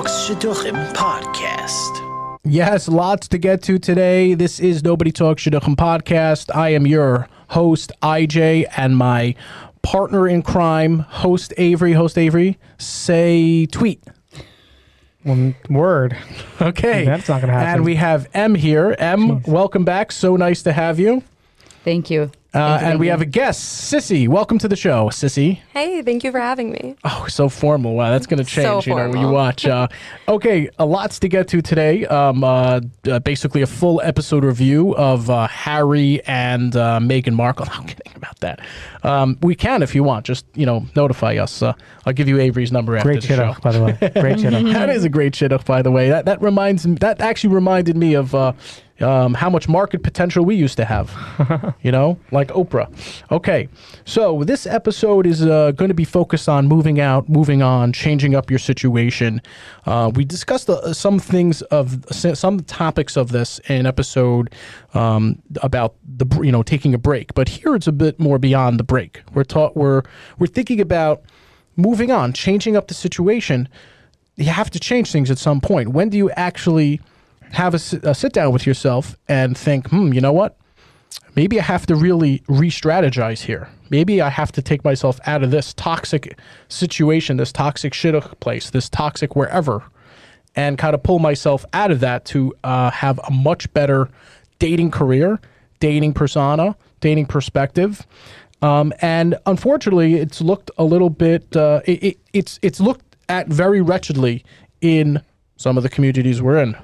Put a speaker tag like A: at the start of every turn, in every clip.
A: Shidduchim podcast.
B: Yes, lots to get to today. This is Nobody Talks Shidduchim podcast. I am your host, IJ, and my partner in crime, host Avery. Host Avery, say tweet.
C: One word.
B: Okay.
C: That's not gonna happen.
B: And we have M here. M, welcome back. So nice to have you.
D: Thank you.
B: Uh, and we have a guest, Sissy. Welcome to the show, Sissy.
E: Hey, thank you for having me.
B: Oh, so formal. Wow, that's going to
D: So
B: change, you know, when you
D: formal.
B: watch. Uh, okay, a lots to get to today. Um, uh, uh, basically, a full episode review of uh, Harry and uh, Meghan Markle. I'm kidding about that. Um, we can, if you want, just, you know, notify us. Uh, I'll give you Avery's number after
C: Great
B: the
C: shit
B: show.
C: up, by the way. Great shit up.
B: That is a great shit up, by the way. That, that reminds me, that actually reminded me of uh, um, how much market potential we used to have, you know, like Oprah. Okay, so this episode is uh, going to be focused on moving out, moving on, changing up your situation. Uh, we discussed uh, some things of some topics of this in episode um, about the br- you know taking a break, but here it's a bit more beyond the break. We're taught we're we're thinking about moving on, changing up the situation you have to change things at some point. When do you actually have a, s- a sit down with yourself and think, hmm, you know what? Maybe I have to really re strategize here. Maybe I have to take myself out of this toxic situation, this toxic shit place, this toxic wherever, and kind of pull myself out of that to uh, have a much better dating career, dating persona, dating perspective. Um, and unfortunately, it's looked a little bit. Uh, it, it, it's it's looked at very wretchedly in some of the communities we're in,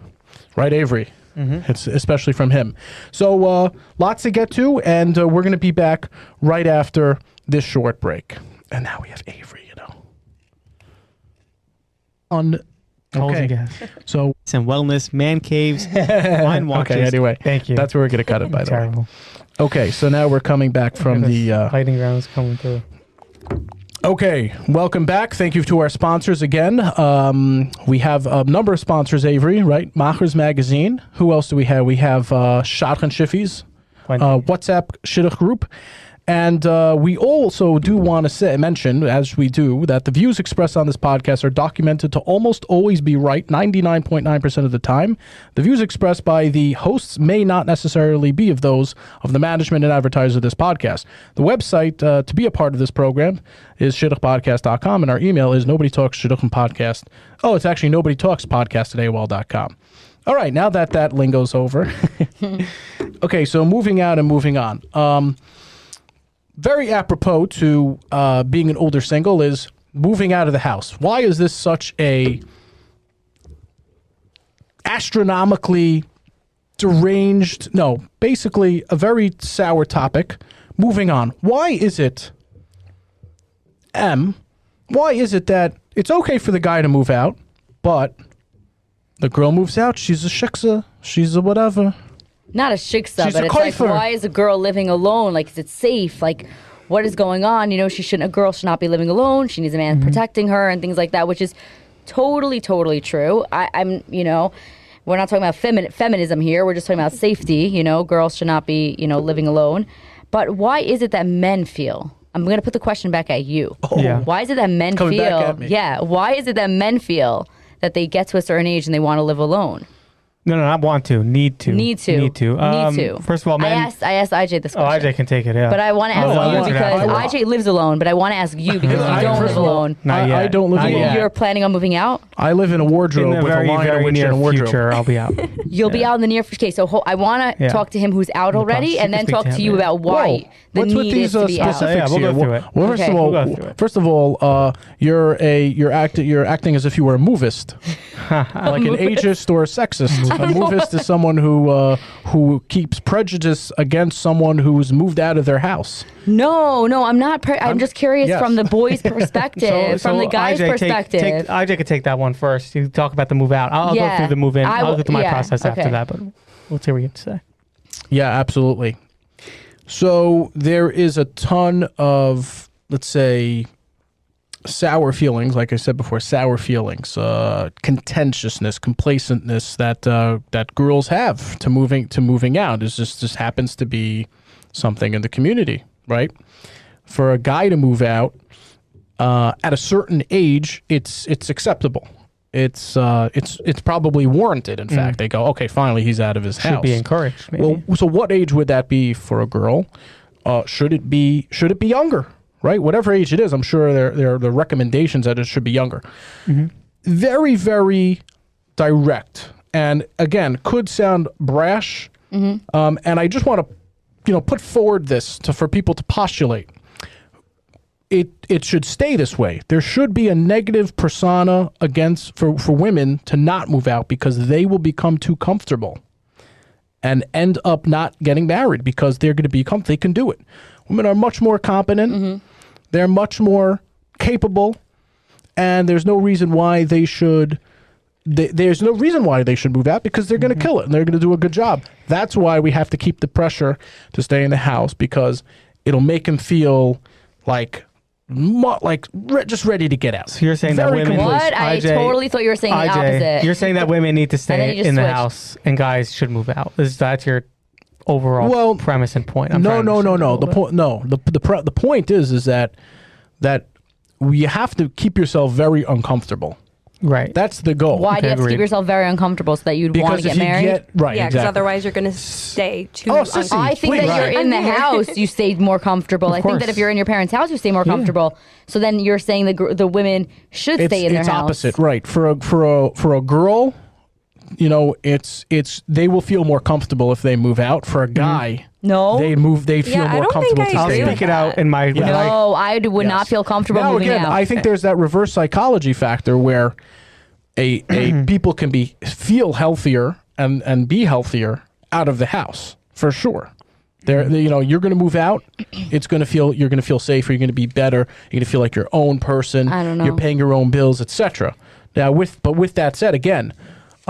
B: right, Avery? It's especially from him. So uh, lots to get to, and uh, we're going to be back right after this short break. And now we have Avery, you know, on.
C: Holding
B: Okay,
C: gas.
B: so
F: and wellness, man caves, wine watches.
B: okay. Anyway,
C: Thank you.
B: That's where we're going to cut it. By the way.
C: Terrible.
B: Okay, so now we're coming back from the. Uh,
C: lightning rounds coming through.
B: Okay, welcome back. Thank you to our sponsors again. Um, we have a number of sponsors, Avery, right? Machers Magazine. Who else do we have? We have uh, Shotgun Shiffies,
C: Plenty.
B: uh, WhatsApp Shidduch Group. And uh, we also do want to say, mention, as we do, that the views expressed on this podcast are documented to almost always be right 99.9% of the time. The views expressed by the hosts may not necessarily be of those of the management and advertisers of this podcast. The website uh, to be a part of this program is shidduchpodcast.com, and our email is nobody talks podcast. Oh, it's actually nobody talks podcast at AOL.com. All right, now that that lingo's over. Okay, so moving out and moving on. Um, very apropos to uh, being an older single is moving out of the house. Why is this such a astronomically deranged? No, basically a very sour topic. Moving on. Why is it, M? Why is it that it's okay for the guy to move out, but the girl moves out? She's a shiksa. She's a whatever.
D: Not a shiksa,
B: She's
D: but
B: a
D: it's like,
B: koifer.
D: why is a girl living alone? Like, is it safe? Like, what is going on? You know, she shouldn't. A girl should not be living alone. She needs a
B: Mm-hmm.
D: man protecting her and things like that, which is totally, totally true. I, I'm, you know, we're not talking about femi- feminism here. We're just talking about safety. You know, girls should not be, you know, living alone. But why is it that men feel? I'm going to put the question back at you.
C: Yeah.
D: Why is it that men
B: Oh. Coming
D: feel?
B: back at me.
D: Yeah. Why is it that men feel that they get to a certain age and they want to live alone?
C: No, no, not want to. Need to.
D: Need to.
C: Need to. Um,
D: need to.
C: First of all,
D: I
C: man.
D: asked. I asked IJ this
C: oh,
D: question.
C: IJ can Oh, take it. Yeah.
D: But I want to ask
B: I
D: you
B: want-
D: because
B: I want-
D: IJ lives alone. But I want to ask you because
B: I-
D: you don't
B: first
D: live
B: of all,
D: alone.
C: Not
B: I, I
C: yet.
B: don't live
C: Not
B: alone.
C: yet.
D: You're planning on moving out.
B: I live in a wardrobe
C: in the
B: with
C: very,
B: a line
C: very
B: on which
C: near
B: a wardrobe.
C: future, I'll be out.
D: You'll be out in the near future. Okay, so ho- I want to
C: Yeah.
D: talk to him who's out
C: the process.
D: already,
C: You
D: and
C: can
D: then
C: speak
D: talk
C: to
D: to
C: him
D: you
C: later.
D: about why the
B: What's
D: need
B: with these
D: is to
B: uh,
D: be out.
B: specifics
C: Yeah, we'll
B: here?
C: go through
B: Well,
C: it.
B: well, first
D: Okay.
B: of all,
C: We'll go through it.
B: first of all, uh, you're a you're acting you're acting as if you were a movist, like an ageist or a sexist. A movist is someone who uh, who keeps prejudice against someone who's moved out of their house.
D: No, no, I'm not. Pre- I'm, just curious
B: yes.
D: from the boy's perspective, from the
C: IJ,
D: guy's
C: take-
D: perspective.
C: Take, IJ could take that one first. You talk about the move out. I'll, I'll
D: Yeah.
C: go through the move in.
D: I
C: I will
D: will-
C: go through my
D: yeah,
C: process
D: okay.
C: after that. But let's hear what you have to say.
B: Yeah, absolutely. So there is a ton of, let's say, sour feelings. Like I said before, sour feelings, uh, contentiousness, complacentness that uh, that girls have to moving to moving out. Is just just happens to be something in the community, right? For a guy to move out uh, at a certain age, it's it's acceptable. I- it's uh, it's it's probably warranted. In fact, they go, okay, finally he's out of his
C: Mm. Should
B: house.
C: be encouraged. Maybe.
B: Well, so what age would that be for a girl? Uh, should it be should it be younger? Right, whatever age it is, I'm sure there there are the recommendations that it should be younger.
C: Mm-hmm.
B: Very very direct, and again, could sound brash.
C: Mm-hmm.
B: Um, and I just want to, you know, put forward this to for people to postulate. It it should stay this way. There should be a negative persona against for for women to not move out because they will become too comfortable and end up not getting married because they're going to be com- they can do it. Women are much more competent. They're much more capable and there's no reason why they should th- there's no reason why they should move out because they're going to kill it and they're going to do a good job. That's why we have to keep the pressure to stay in the house because it'll make them feel like mo- like re- just ready to get out.
C: So you're saying that
B: Very
C: women-
B: compl-
D: What? I
C: IJ
D: totally thought you were saying the opposite.
C: you're saying that women need to
D: then
C: stay in
D: you just
C: the
D: switched.
C: house and guys should move out. Is that your overall
B: Well,
C: premise and point? I'm
B: no,
C: trying to
B: no, no,
C: understand a
B: no. The
C: little
B: point, no. The the pro- the point is, is that that you have to keep yourself very uncomfortable.
C: bit. right.
B: That's the goal.
D: Why do you have to keep
C: agreed.
D: yourself very uncomfortable so that you'd want
B: Because
D: to
B: if
D: get
B: you
D: married?
B: get right,
E: yeah, because
B: exactly.
E: otherwise you're gonna stay too.
B: Oh, sissy.
E: uncomfortable.
D: I think
B: Please.
D: that
B: Right.
D: you're in the
E: I'm here.
D: house, you stay more comfortable. I think
C: course.
D: that if you're in your parents' house, you stay more comfortable. So then you're saying the gr- the women should
B: it's,
D: stay in their
B: it's
D: house.
B: opposite right for a for a for a girl you know it's it's they will feel more comfortable if they move out for a guy
D: Mm-hmm. No.
B: they move they feel
E: Yeah, I
B: more
E: don't think
B: comfortable
E: I
B: to
C: I'll
B: stay
E: agree
B: in.
E: with
C: speak it out
E: that.
C: in my
B: Yeah.
C: like,
D: no, I d- would not feel comfortable
B: now
D: moving
B: again
D: out.
B: i think there's that reverse psychology factor where a
C: Mm-hmm.
B: a people can be feel healthier and and be healthier out of the house for sure there
C: Mm-hmm.
B: they- you know you're going to move out it's going to feel you're going to feel safer you're going to be better you're going to feel like your own person
D: I don't know.
B: you're paying your own bills etc now with but with that said again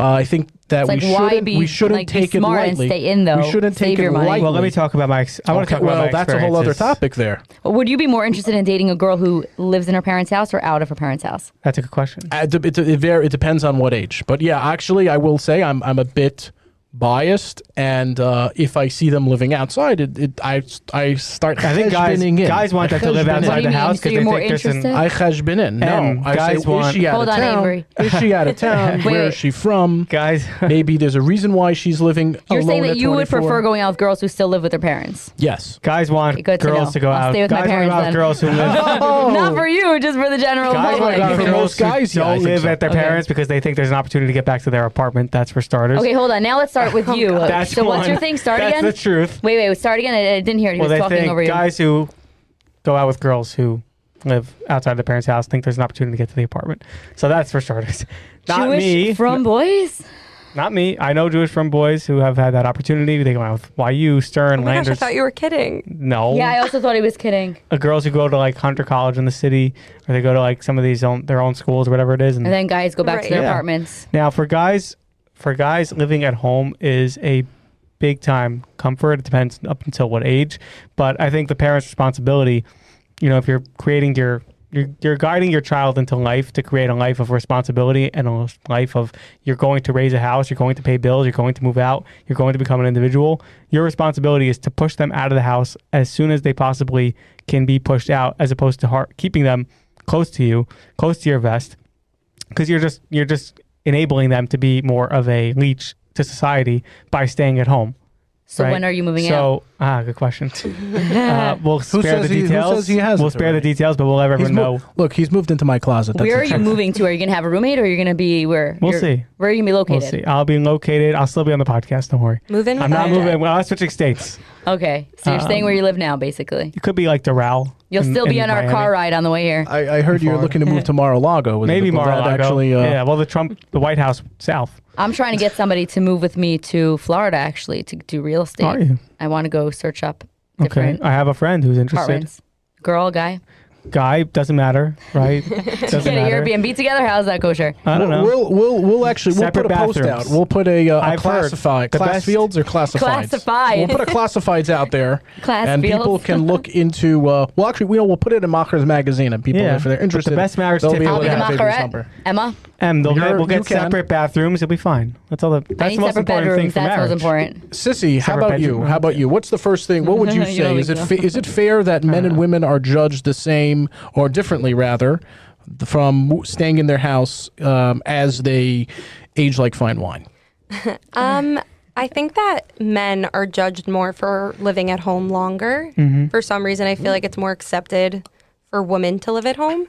B: uh, i think that
D: It's
B: we
D: like, why
B: shouldn't
D: be-
B: we shouldn't
D: like, be
B: take it
D: smart and
B: lightly
D: stay in, though.
B: we shouldn't
D: Save
B: take it
D: your money.
B: lightly
D: Well,
C: Well, let me talk about my. Ex- I want to
B: Okay,
C: talk about
B: well
C: my
B: that's a whole other
C: experiences.
B: topic there
D: Would you be more interested in dating a girl who lives in her parents' house or out of her parents' house?
C: That's a good question.
B: Uh, It, it, it, var- it depends on what age. But yeah, actually, I will say I'm, I'm a bit biased. And uh, if I see them living outside, it, it, I, I start
C: I think guys,
B: cheshbening in.
C: guys want that to live
B: Cheshbening.
D: What do
C: outside
D: you
C: the
D: mean?
C: house
D: So
C: because
D: you're
C: they
D: more
C: think there's
D: interested?
C: an.
B: I cheshbeen in. No,
C: And
B: I
C: guys
B: say, is
C: want-
B: she out
D: Hold
B: of
D: on,
B: town?
D: Avery.
B: Is she out of town? Where
D: wait.
B: is she from?
C: Guys,
B: Maybe there's a reason why she's living
D: You're
B: alone
D: saying that
B: at
D: you would
B: 24.
D: prefer going out with girls who still live with their parents.
B: Yes.
C: guys want
D: Good to
C: girls
D: know.
C: to go
D: I'll
C: out.
D: stay with my
C: guys want to
D: parents
C: go out with
D: then.
C: girls who live.
D: Not for you, just for the general
C: Oh. Guys want
D: public.
C: to go out with
B: For
C: girls
B: most guys,
C: who
B: yeah, I
C: don't
B: think
C: live
B: so.
C: at their
D: Okay.
C: parents because they think there's an opportunity to get back to their apartment. That's for starters.
D: Okay, hold on. Now let's start with you.
C: Oh, That's
D: so what's
C: one.
D: your thing? Start
C: That's
D: again.
C: the truth.
D: Wait, wait, start again. I, I didn't hear it. He
C: Well,
D: was
C: they
D: talking
C: think
D: over you.
C: guys who go out with girls who live outside their parents' house think there's an opportunity to get to the apartment. So that's for starters. Not
D: Jewish
C: me.
D: from boys.
C: Not me. I know Jewish from boys who have had that opportunity. They go out with YU, Stern,
E: Oh my gosh, I
C: Landers.
E: thought you were kidding.
C: no.
D: Yeah, I also thought he was kidding.
C: Uh, girls who go to like Hunter College in the city, or they go to like some of these own, their own schools or whatever it is. And,
D: And then guys go back to
E: Right.
D: their
C: Yeah.
D: apartments.
C: now for guys, for guys living at home is a big time comfort. It depends up until what age, but I think the parents' responsibility, you know, if you're creating your you're, you're guiding your child into life to create a life of responsibility and a life of you're going to raise a house, you're going to pay bills, you're going to move out, you're going to become an individual. Your responsibility is to push them out of the house as soon as they possibly can be pushed out, as opposed to har keeping them close to you, close to your vest, because you're just you're just enabling them to be more of a leech to society by staying at home.
D: So
C: right?
D: when are you moving out?
C: So ah, good question. uh, we'll spare the
B: says he- who
C: details.
B: says he hasn't
C: we'll spare the
B: already?
C: details, but we'll let
B: He's
C: everyone
B: mo-
C: know.
B: look, he's moved into my closet. That's
D: where
B: a
D: are you
B: fact.
D: moving to? Are you gonna have a roommate, or are you gonna be where?
C: We'll
D: you're-
C: see.
D: Where are you gonna be
C: We'll
D: located?
C: see. I'll be located. I'll still be on the podcast. Don't worry.
E: Move in.
C: I'm
E: with
C: not
E: IJ.
C: moving. Well, I'm switching states.
D: Okay, so you're staying where you live now, basically.
C: It could be like Doral.
D: You'll
C: Um, in-
D: still be
C: in
D: on our
C: Miami.
D: car ride on the way here.
B: I, I heard you were looking to move to Mar-a-Lago. Was
C: Maybe
B: it, was that
C: Mar-a-Lago.
B: Actually, uh,
C: yeah. Well, the Trump, the White House, South.
D: I'm trying to get somebody to move with me to Florida, actually, to do real estate.
C: Are you?
D: I want to go search up
C: Okay.
D: different
C: I have a friend who's interested.
D: apartments. Girl, guy.
C: Guy doesn't matter, right? doesn't
D: Get an
C: matter.
D: Airbnb together. How's that kosher?
C: I don't know.
B: We'll we'll we'll actually we'll put
C: Separate
B: a post out.
C: bathrooms.
B: We'll put a, uh, a
C: I've heard
B: classify
C: the
B: class
C: best-
B: fields or classifieds.
D: Classifieds.
B: We'll put a classifieds out there,
D: Class
B: and
D: fields.
B: people can look into. Uh, well, actually, we'll we'll put it in Macher's magazine, and people
C: Yeah.
B: if they're
C: But the
B: interested,
C: best marriage
B: they'll
C: tip
B: be
C: is
B: able
D: I'll
B: to
D: be the
C: Yeah,
B: have Avery's
D: Macarette.
B: number.
D: Emma,
C: and they'll get,
B: You're-
C: we'll
B: you
C: get
B: can.
C: separate bathrooms. It'll be fine. That's all. The,
D: I
C: that's
D: need
C: the most
D: separate
C: important thing
D: bedrooms.
C: for
D: That's
C: marriage.
D: most important.
B: Sissy, how
C: Separate
B: about you?
C: bedroom.
B: How about you? What's the first thing? What would you
D: You know
B: say?
D: we
B: Is it
D: go.
B: fa- is it fair that men and women are judged the same or differently rather from staying in their house um, as they age like fine wine?
E: Um, I think that men are judged more for living at home longer.
C: Mm-hmm.
E: For some reason, I feel like it's more accepted for women to live at home.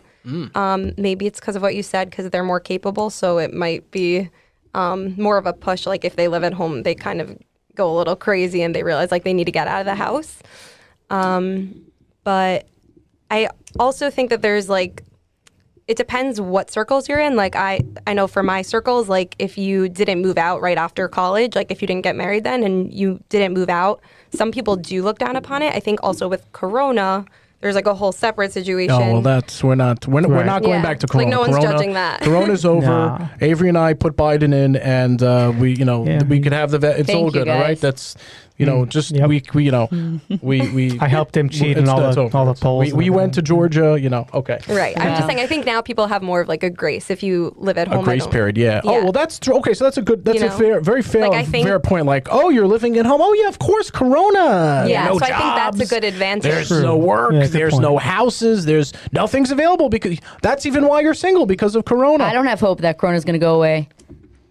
E: Um, maybe it's because of what you said, because they're more capable. So it might be um, more of a push. Like if they live at home, they kind of go a little crazy and they realize like they need to get out of the house. Um, but I also think that there's like it depends what circles you're in. Like I, I know for my circles, like if you didn't move out right after college, like if you didn't get married then and you didn't move out, some people do look down upon it. I think also with Corona, there's like a whole separate situation.
B: Oh well, that's we're not we're, we're
C: Right.
B: not going
E: Yeah.
B: back to
E: Like,
B: Corona.
E: no one's
B: Corona,
E: judging that.
B: Corona's over.
C: Nah.
B: Avery and I put Biden in, and uh, we you know
C: Yeah.
B: we could have the vet. It's
D: Thank
B: all
D: you,
B: good, all right.
D: guys.
B: That's you know just
C: Mm. Yep.
B: we, we you know we we.
C: I helped him cheat in
B: It's-
C: all
B: that's
C: the,
B: over.
C: all the polls.
B: We, we went to Georgia, you know. Okay.
E: right. I'm
D: Yeah.
E: just saying. I think now people have more of like a grace if you live at home.
B: A
E: I
B: grace
E: don't-
B: period, yeah.
E: Yeah.
B: Oh well, that's tr- okay. So that's a good, that's
E: You
B: a
E: know?
B: fair, very fair,
E: Like, I think-
B: fair point. Like, oh, you're living at home. Oh yeah, of course, Corona.
E: Yeah.
B: no
E: so I think that's
B: jobs.
E: a good advantage.
B: There's no work.
C: Yeah, good
B: there's
C: point.
B: no houses. There's nothing's available because that's even why you're single because of Corona.
D: I don't have hope that Corona's going to go away.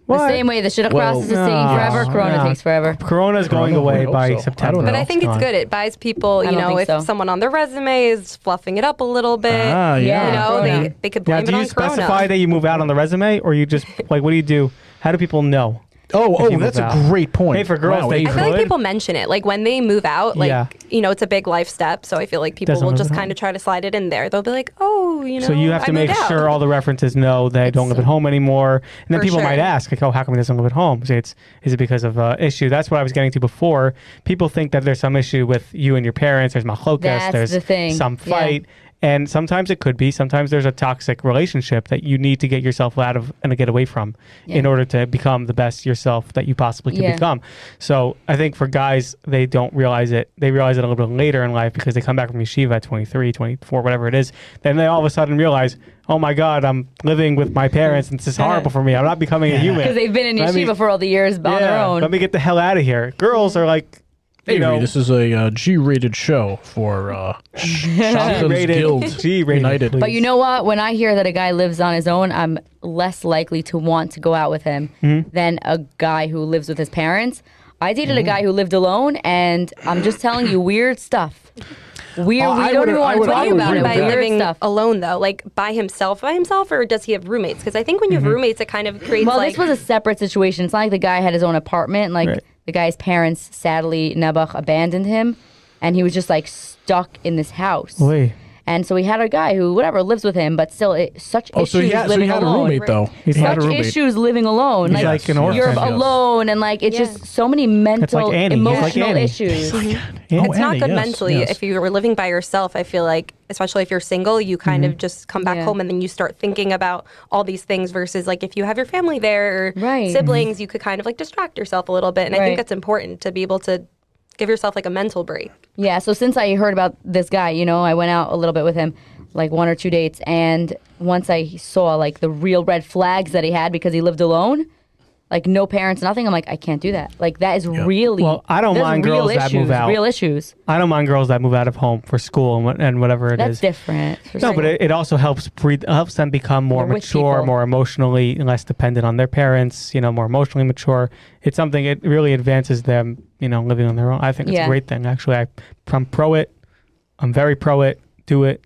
D: The same way the shit
B: Well,
D: process is taking
C: no,
D: forever, Corona
C: no.
D: takes forever.
C: Ah, Corona's going
B: Corona, we
C: away
B: hope
C: by
B: so. I don't
C: September.
B: know.
E: But I think it's
C: Gone.
E: good. It buys people,
D: I
E: you
D: don't
E: know,
D: think
E: if
D: so.
E: someone on their resume is fluffing it up a little bit,
B: Ah, yeah.
E: you know,
D: Yeah.
E: they, they could
C: Yeah,
E: blame
C: do
E: it
C: you
E: on Corona.
C: specify that you move out on the resume, or you just like what do you do? How do people know?
B: Oh,
C: if you
B: oh,
C: move
B: that's a
C: out.
B: great point.
C: Hey, for girls,
B: Wow,
C: they
E: I
B: Avery.
E: feel like
C: Good.
E: people mention it. Like when they move out, like,
C: Yeah.
E: you know, it's a big life step. So I feel like people
C: Doesn't
E: will
C: live
E: just
C: at
E: kind
C: home.
E: of try to slide it in there. They'll be like, oh, you know,
C: So you have to
E: I
C: make
E: moved out.
C: sure all the references know they don't live at home anymore, and then
E: For
C: people might
E: sure.
C: ask like, "Oh, how come he doesn't live at home?" Say it's is it because of uh, issue? That's what I was getting to before. People think that there's some issue with you and your parents. There's machlokas.
D: That's
C: there's
D: the thing.
C: some
D: Yeah.
C: fight, and sometimes it could be. Sometimes there's a toxic relationship that you need to get yourself out of and get away from in
D: Yeah.
C: order to become the best yourself that you possibly can
D: Yeah.
C: become. So I think for guys, they don't realize it. They realize it a little bit later in life because they come back from yeshiva at 23, 24, whatever it is. Then they all of a sudden realize, oh my God, I'm living with my parents and this is horrible for me. I'm not becoming a human.
D: Because they've been in
C: Let me-
D: yeshiva for all the years on their
C: Yeah,
D: own.
C: Let me get the hell out of here. Girls are like, you
B: Avery,
C: know,
B: this is a uh, G-rated show for uh, Sh- Shopkins
C: G-rated.
B: Guild
C: G-rated,
B: United.
C: please.
D: But you know what? When I hear that a guy lives on his own, I'm less likely to want to go out with him
B: Mm-hmm.
D: than a guy who lives with his parents. I dated a guy who lived alone, and I'm just telling you, weird stuff. Weird.
B: Oh,
D: we
B: I
D: don't
B: would- I
D: even want to
B: would-
E: What
B: I
D: talk
E: do you
B: would
D: about
E: mean
D: it.
E: by
B: agree with
D: Weird
E: living
D: stuff.
E: alone though? Like by himself, by himself, or does he have roommates? Because I think when you have
C: Mm-hmm.
E: roommates, it kind of creates
D: Well,
E: like
D: this was a separate situation. It's not like the guy had his own apartment. Like
C: Right.
D: the guy's parents, sadly, Nebuch abandoned him, and he was just like stuck in this house.
C: Oy.
D: And so he had a guy who, whatever, lives with him, but still, it, such
B: Oh,
D: issues
B: so he had, so
D: living
B: he had a
D: alone.
B: roommate though.
C: He's
B: he had
D: such
B: a roommate.
D: issues living alone.
C: He's like an orphan.
D: You're
C: Yes.
D: alone, and like it's
E: Yeah.
D: just so many mental,
C: Annie. He's
D: emotional
C: like Annie.
D: issues.
C: Yeah.
E: it's not
B: Annie,
E: good
B: Oh, yes,
E: mentally
B: yes.
E: if you were living by yourself. I feel like, especially if you're single, you kind
B: Mm-hmm.
E: of just come back
D: Yeah.
E: home and then you start thinking about all these things. Versus like if you have your family there, or
D: Right.
E: siblings, you could kind of like distract yourself a little bit. And I
D: Right.
E: think that's important to be able to give yourself like a mental break.
D: Yeah, so since I heard about this guy, you know, I went out a little bit with him, like one or two dates, and once I saw like the real red flags that he had because he lived alone, like no parents, nothing, I'm like, I can't do that. Like that is really
C: Well, I don't
D: there's
C: mind
D: real
C: girls that move
D: issues,
C: out.
D: Real issues.
C: I don't mind girls that move out of home for school and, what, and whatever it is.
D: That's different. for
C: No, but
D: sure.
C: it, it also helps breed, helps them become more
D: More with
C: mature,
D: people.
C: more emotionally less dependent on their parents. You know, more emotionally mature. It's something it really advances them. You know, living on their own. I think it's
D: Yeah.
C: a great thing. Actually, I, I'm pro it. I'm very pro it. Do it.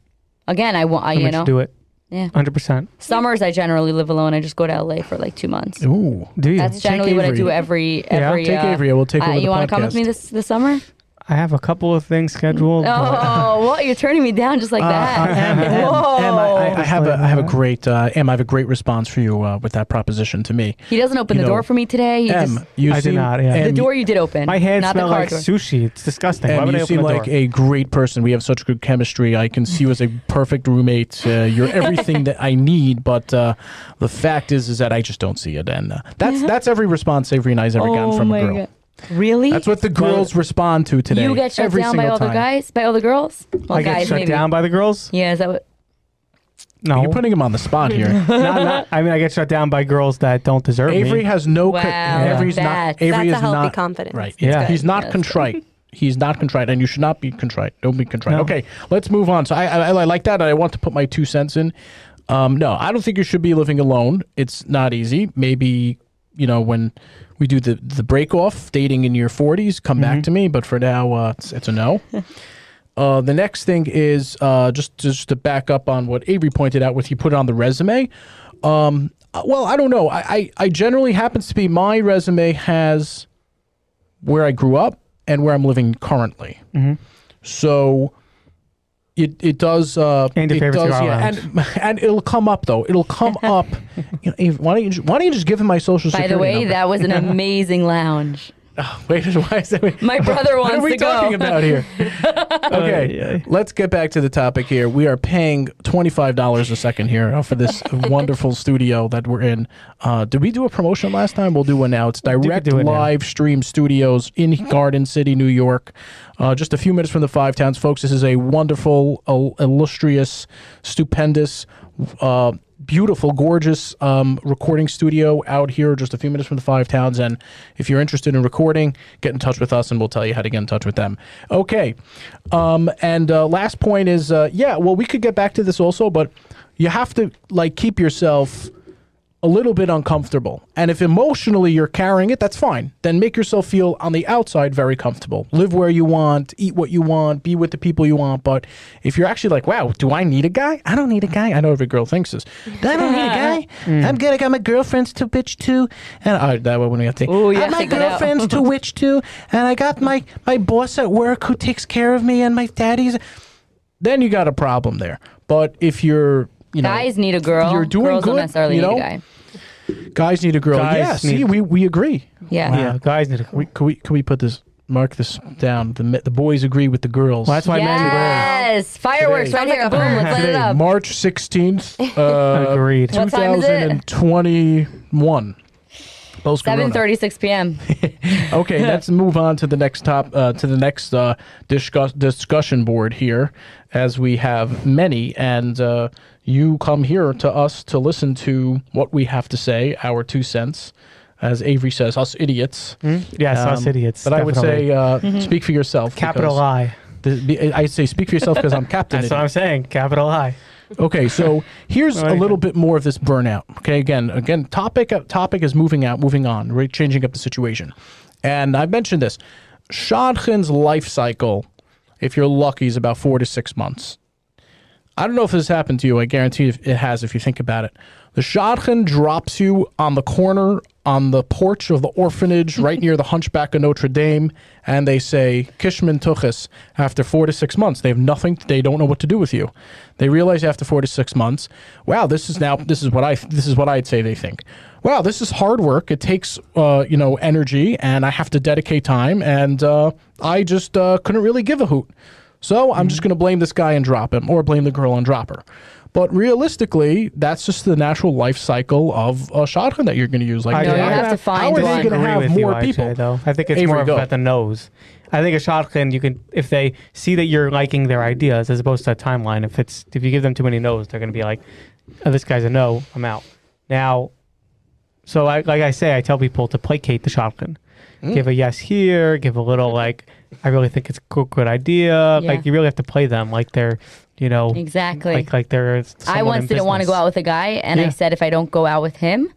D: again, I want, I,
C: Women
D: you
C: should
D: know,
C: do it.
D: yeah.
C: Hundred percent.
D: Summers I generally live alone. I just go to LA for like two months.
B: Ooh.
C: Do you?
D: That's generally what I
B: Avery.
D: do every
C: Yeah,
D: every.
B: take
D: uh,
B: Avery. I will take
D: uh,
B: over the
D: You wanna come
B: podcast.
D: with me this this summer?
C: I have a couple of things scheduled. but-
D: Oh, what? You're turning me down just like
B: Uh,
D: that.
B: Em, Em, Em,
D: Whoa.
B: I, I- I have a, I have a great, uh, Em, I have a great response for you uh, with that proposition to me.
D: he doesn't open
B: you
D: the
B: know,
D: door for me today. He
B: Em,
D: just,
B: you
C: I did
B: seem-
C: not, yeah.
B: Em,
D: the door you did open.
C: My hands
D: not
C: smell
D: the car
C: like
D: door.
C: sushi. It's disgusting. Why
B: And
C: would I
B: you
C: open
B: seem
C: the
B: like
C: door?
B: a great person. We have such good chemistry. I can see you as a perfect roommate. Uh, you're everything that I need. But uh, the fact is, is that I just don't see it. And uh, that's that's every response Avery and I's ever gotten
D: Oh
B: from
D: my
B: a girl.
D: God. Really?
B: That's what the girls respond to today.
D: you get shut
B: every
D: down by
B: single
D: all the
B: time.
D: guys, by all the girls. Well,
C: I get
D: guys,
C: shut
D: maybe.
C: down by the girls.
D: Yeah, is that what?
C: No,
B: You're putting him on the spot here.
C: Not- not- I mean, I get shut down by girls that don't deserve me.
B: Avery has no. con-
D: Wow,
B: Avery's
D: that's-
B: not. Avery
E: that's a
B: is
E: healthy
B: not
E: confidence.
B: Right.
C: Yeah.
B: Yeah. He's not
D: That's
B: contrite. He's not contrite, and you should not be contrite. Don't be contrite.
C: No.
B: Okay, let's move on. So I, I, I like that. and I want to put my two cents in. Um, no, I don't think you should be living alone. It's not easy. Maybe you know when we do the the break off dating in your 40s, come
C: Mm-hmm.
B: back to me. But for now, uh, it's, it's a no. Uh, the next thing is uh, just just to back up on what Avery pointed out with you put it on the resume. Um, uh, well, I don't know. I, I, I generally happens to be my resume has where I grew up and where I'm living currently.
C: Mm-hmm.
B: So it it does uh,
C: And your
B: it
C: favorite
B: does,
C: cigar lounge.
B: and and it'll come up though. It'll come up. You know, Eve, why don't you just, why don't you just give him my social
D: By
B: security
D: the way,
B: number?
D: that was an amazing lounge.
B: Wait, why is that?
D: My brother
B: What
D: wants
B: are we
D: to go.
B: talking about here? okay, let's get back to the topic here. We are paying twenty five dollars a second here uh, for this wonderful studio that we're in. Uh, did we do a promotion last time? We'll do one now. It's direct
C: do it now.
B: live stream studios in Garden City, New York. Uh, just a few minutes from the Five Towns, folks. This is a wonderful, il- illustrious, stupendous. Uh, beautiful, gorgeous um, recording studio out here, just a few minutes from the Five Towns. And if you're interested in recording, get in touch with us, and we'll tell you how to get in touch with them. Okay. Um, and uh, last point is, uh, yeah, well, we could get back to this also, but you have to like keep yourself a little bit uncomfortable. And if emotionally you're carrying it, that's fine. Then make yourself feel on the outside very comfortable. Live where you want, eat what you want, be with the people you want. But if you're actually like, wow, do I need a guy? I don't need a guy. I know every girl thinks this. I don't need a guy.
D: Hmm.
B: I'm good. I got my girlfriends to bitch to. And uh, that one we have to.
D: Ooh, you
B: I
D: have
B: got
D: to
B: my
D: take it out.
B: girlfriends to witch to. And I got my, my boss at work who takes care of me and my daddy's. Then you got a problem there. But if you're, you know,
D: Guys need a girl.
B: You're doing
D: Girls don't
B: good,
D: necessarily
B: you know?
D: need a guy.
B: Guys need a girl.
C: Guys
B: yeah, see,
C: need-
B: we, we agree.
D: Yeah.
C: Yeah, guys need to.
B: We, can we can we put this mark this down? The mi- the boys agree with the girls.
C: Well, that's why men
D: Yes, fireworks
B: Today.
D: right here. Boom, let's light it
B: Today,
D: up.
B: March sixteenth,
C: wear.
B: uh,
C: Agreed.
D: What time is it?
B: 2021. Post
D: Seven thirty-six p.m.
B: Okay, let's move on to the next top uh, to the next uh, discuss discussion board here, as we have many, and uh, you come here to us to listen to what we have to say, our two cents, as Avery says, us idiots.
C: Yes, us
B: Um,
C: idiots.
B: But
C: definitely.
B: I would say, uh, speak for yourself.
C: capital
B: because
C: I.
B: the- be- I say speak for yourself because I'm captain.
C: That's what I'm
B: idiot.
C: saying. Capital I.
B: okay, so here's a
C: Right.
B: little bit more of this burnout. Okay, again, again, topic uh, topic is moving out, moving on, right, changing up the situation, and I've mentioned this. Shadchan's life cycle, if you're lucky, is about four to six months. I don't know if this happened to you. I guarantee if it has if you think about it. The shadchan drops you on the corner on the porch of the orphanage right near the hunchback of Notre Dame, and they say, Kishman Tuchis, after four to six months. They have nothing, they don't know what to do with you. They realize after four to six months, wow, this is now this is what I this is what I'd say they think. Wow, this is hard work. It takes uh, you know, energy and I have to dedicate time and uh, I just uh, couldn't really give a hoot. So I'm
C: Mm-hmm.
B: just going to blame this guy and drop him, or blame the girl and drop her. But realistically, that's just the natural life cycle of a shotgun that you're going to use. Like,
C: I
B: how
C: know, you
B: are
C: have
B: they-
D: to find
B: How are they
D: one.
B: going to
C: Agree
B: have
C: with you,
B: more
C: I'd
B: people?
C: say, though. I think it's
B: Avery,
C: more
B: go.
C: about the nose. I think a shotgun, you can if they see that you're liking their ideas as opposed to a timeline. If it's if you give them too many no's, they're going to be like, oh, "This guy's a no, I'm out." Now, so I, like I say, I tell people to placate the shotgun.
B: Mm.
C: Give a yes here. Give a little like, I really think it's a cool, good idea.
D: Yeah.
C: Like you really have to play them like they're, you know,
D: Exactly.
C: like like they're.
D: I
C: someone
D: once
C: in
D: didn't want to
C: business.
D: go out with a guy, and
C: Yeah.
D: I said if I don't go out with him,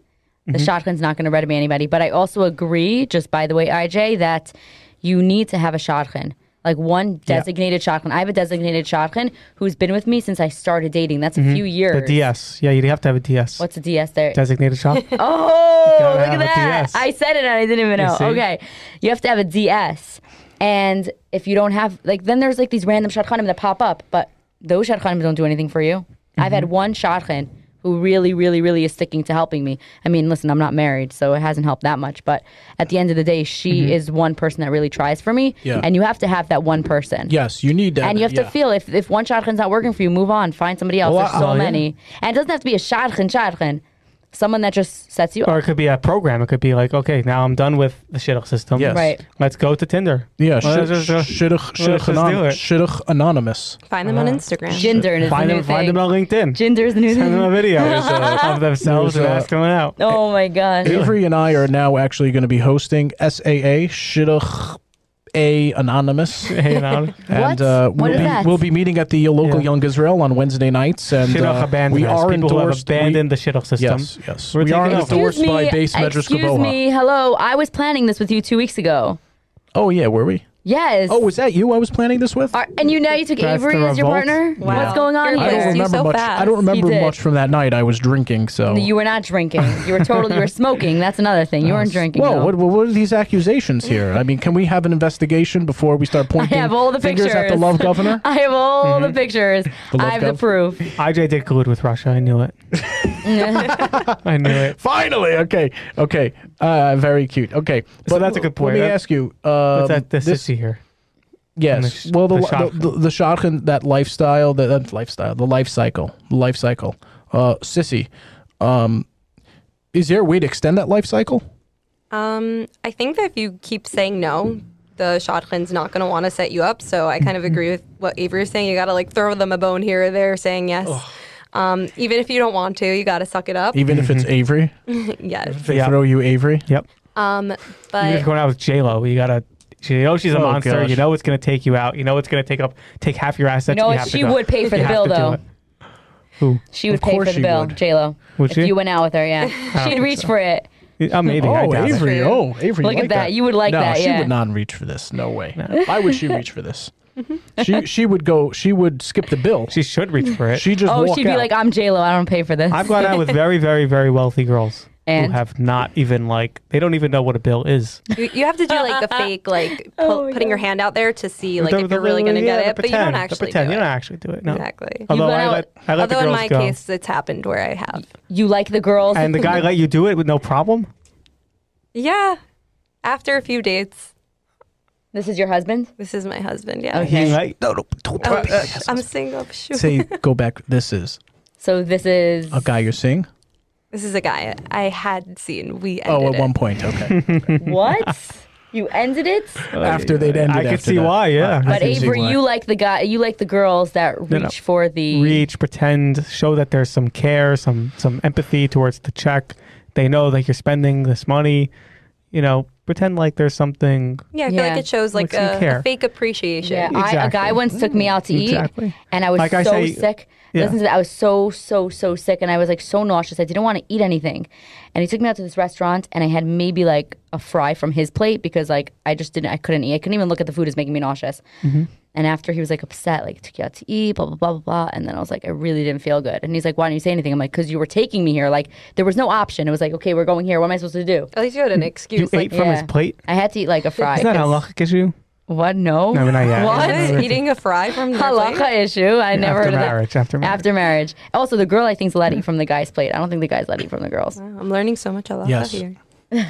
D: the shotgun's not going to ready me anybody. But I also agree, just by the way, IJ, that you need to have a shotgun. Like one designated shotgun. I have a designated shotgun who's been with me since I started dating. That's a few years.
C: The DS, yeah, you have to have a DS.
D: What's a DS there?
C: designated shop?
D: Oh,
C: gotta
D: look
C: have
D: at
C: a
D: that.
C: DS.
D: I said it and I didn't even
C: You
D: know.
C: see?
D: Okay. You have to have a DS. And if you don't have, like, then there's like these random shadchanim that pop up, but those shadchanim don't do anything for you. I've had
C: Mm-hmm.
D: one shadchan who really, really, really is sticking to helping me. I mean, listen, I'm not married, so it hasn't helped that much, but at the end of the day, she
C: Mm-hmm.
D: is one person that really tries for me.
B: Yeah.
D: And you have to have that one person.
B: Yes, you need that.
D: And you have
B: yeah.
D: to feel if, if one shadchan's not working for you, move on, find somebody else.
B: Oh,
D: There's
B: I-
D: so
B: oh, yeah.
D: many. And it doesn't have to be a shadchan, shadchan. Someone that just sets you up.
C: or it could be a program. It could be like, okay, now I'm done with the shidduch system.
B: Yes.
D: Right.
C: Let's go to Tinder.
B: Yeah,
C: Let's just, uh,
B: shidduch- shidduch
C: let's
B: shidduch
C: just do
B: anon-
C: it.
B: shidduch anonymous.
E: Find them on
B: Uh-huh.
E: Instagram.
D: Ginger is
C: find
D: the new
C: them, find
D: thing.
C: them on LinkedIn.
D: Ginger is the new
C: Send them a
D: thing.
C: video uh, of themselves and
B: there's a-
C: ask them out.
D: Oh my gosh.
B: Avery and I are now actually going to be hosting SAA shidduch A Anonymous.
C: Hey, now.
B: And
D: What?
B: uh,
D: What
B: we'll,
D: is
B: be,
D: that?
B: we'll be meeting at the local
C: Yeah.
B: Young Israel on Wednesday nights, and
C: Shidduch
B: uh,
C: abandoned.
B: we are
C: People who have
B: endorsed. we-
C: abandoned the Shidduch system.
B: yes, yes.
C: We're
B: we are
C: taking over.
B: endorsed
D: Excuse
B: by
D: me,
B: base Medrash
D: Excuse
B: Kaboha.
D: me. Hello. I was planning this with you two weeks ago.
B: Oh yeah, were we?
D: Yes.
B: Oh, was that you? I was planning this with.
D: Are- and you now you took
C: That's the
D: Avery as your
C: revolt?
D: partner.
E: Wow.
D: What's going on
E: You're
B: I
E: Yeah.
B: don't
D: here?
E: Yeah. You
B: remember
E: so
B: much.
E: fast.
B: I don't remember
D: He did.
B: much from that night. I was drinking, so.
D: You were not drinking. You were totally. You were smoking. That's another thing. You weren't drinking.
B: Whoa!
D: though.
B: What, what what are these accusations here? I mean, can we have an investigation before we start pointing
D: have all the
B: fingers at the
D: pictures.
B: love governor?
D: I have all the pictures.
B: The love
D: I have the
B: gov?
D: proof.
C: IJ did collude with Russia. I knew it. I knew it.
B: Finally, okay, okay, uh, very cute. Okay,
C: So that's a good point.
B: Let me
C: That-
B: ask you. Um,
C: What's that this,
B: this,
C: issue here?
B: yes.
C: the sh-
B: well, the
C: the
B: the,
C: shotgun.
B: the, the shotgun, that lifestyle, that, that lifestyle, the life cycle, the life cycle. Uh, sissy, um, is there a way to extend that life cycle?
E: Um, I think that if you keep saying no, the shotgun's not going to want to set you up. So I kind of agree with what Avery was saying. You got to like throw them a bone here or there, saying yes. Um, even if you don't want to, you got to suck it up.
B: Even if it's
C: Mm-hmm.
B: Avery,
E: yes.
B: they
C: Yeah.
B: throw you Avery.
C: Yep.
E: Um,
C: You're
E: but
C: going out with J Lo. You gotta. You know she's a
B: Oh,
C: monster.
B: gosh.
C: You know it's gonna take you out. You know it's gonna take up take half your assets.
D: You
C: You
D: know what?
C: have to
D: She
C: go.
D: would pay for
C: You
D: the
C: have
D: bill,
C: to do
D: though.
C: it. Who?
D: She would
B: Of
D: pay
B: course
D: for
B: she
D: the bill,
B: would.
D: J Lo.
C: Would
D: If
C: she?
D: you went out with her, yeah, she'd
C: think
D: reach
C: so.
D: for it.
C: Uh, maybe. I
B: Oh,
C: doubt it.
B: Avery!
E: it.
B: Oh, Avery!
D: Look at
B: like
D: that. You would like
B: no,
D: that,
B: she
D: yeah.
B: would not reach for this. No way. Why would she reach for this?
D: Mm-hmm.
B: she she would go. She would skip the bill.
C: She should reach for it.
B: She just
D: Oh,
B: walk
D: she'd be
B: out.
D: like, "I'm J Lo. I don't pay for this."
C: I've gone out with very, very, very wealthy girls
D: And?
C: who have not even like they don't even know what a bill is.
E: you, you have to do like the fake, like
D: Oh
E: pu-
D: my
E: putting your
D: God.
E: hand out there to see like
C: The-
E: if
C: the-
E: you're really going to
C: yeah,
E: get
C: the
E: it, but you don't
C: pretend, the
E: actually
C: pretend.
E: do
C: You
E: it.
C: don't actually do it. No.
E: Exactly.
C: Although
D: went
C: I
D: out-
C: let, I let
E: Although
C: the
E: in
C: girls
E: my
C: go.
E: case, it's happened where I have.
D: you like the girls,
C: and the guy let you do it with no problem.
E: Yeah. After a few dates,
D: this is your husband.
E: this is my husband. Yeah.
D: Okay.
C: Oh, He let-
B: No, no, don't tell
E: Oh,
B: me.
E: I'm single. Shoot.
B: Say, go back. This is
D: So this is
B: a guy you're seeing.
E: This is a guy I had seen. We ended
B: Oh, at
E: it.
B: one point. Okay.
D: what you ended it.
B: after they'd ended.
C: I could
B: after
C: see
B: that.
C: why,
B: I
C: yeah. But
D: But
B: can see
D: Avery,
B: why.
D: you like the guy. You like the girls that reach
C: no.
D: for the.
C: reach, pretend, show that there's some care, some some empathy towards the check. They know that you're spending this money. You know, pretend like there's something.
E: Yeah, I feel
D: Yeah.
E: like it shows like
C: Makes you
E: a,
C: care.
E: a fake appreciation.
D: Yeah, I, a guy
C: Exactly.
D: once took me out to eat,
C: Exactly.
D: and I was
C: Like
D: so
C: I say-
D: sick.
C: yeah.
D: Listen to that. I was so so so sick, and I was like so nauseous. I didn't want to eat anything, and he took me out to this restaurant, and I had maybe like a fry from his plate because like I just didn't. I couldn't eat. I couldn't even look at the food. It was making me nauseous.
C: Mm-hmm.
D: And after he was like upset, like took you out to eat, blah blah blah blah blah, and then I was like, I really didn't feel good. And he's like, Why didn't you say anything? I'm like, Because you were taking me here. Like there was no option. It was like, Okay, we're going here. What am I supposed to do?
E: At least you had an
C: You
E: excuse.
C: ate
E: like
C: from his
D: yeah.
C: plate.
D: I had to eat like a fry.
C: Is that
D: 'cause-
C: halachic issue?
D: What? No.
C: No, not yet.
D: What?
E: what? eating a fry from their plate?
D: Halacha issue. I never
C: after
D: heard of that.
C: marriage, after marriage.
D: After marriage. Also, the girl I think's Letty from the guy's plate. I don't think the guy's Letty from the girls.
E: I'm learning so much about
B: Yes.
E: yes. here.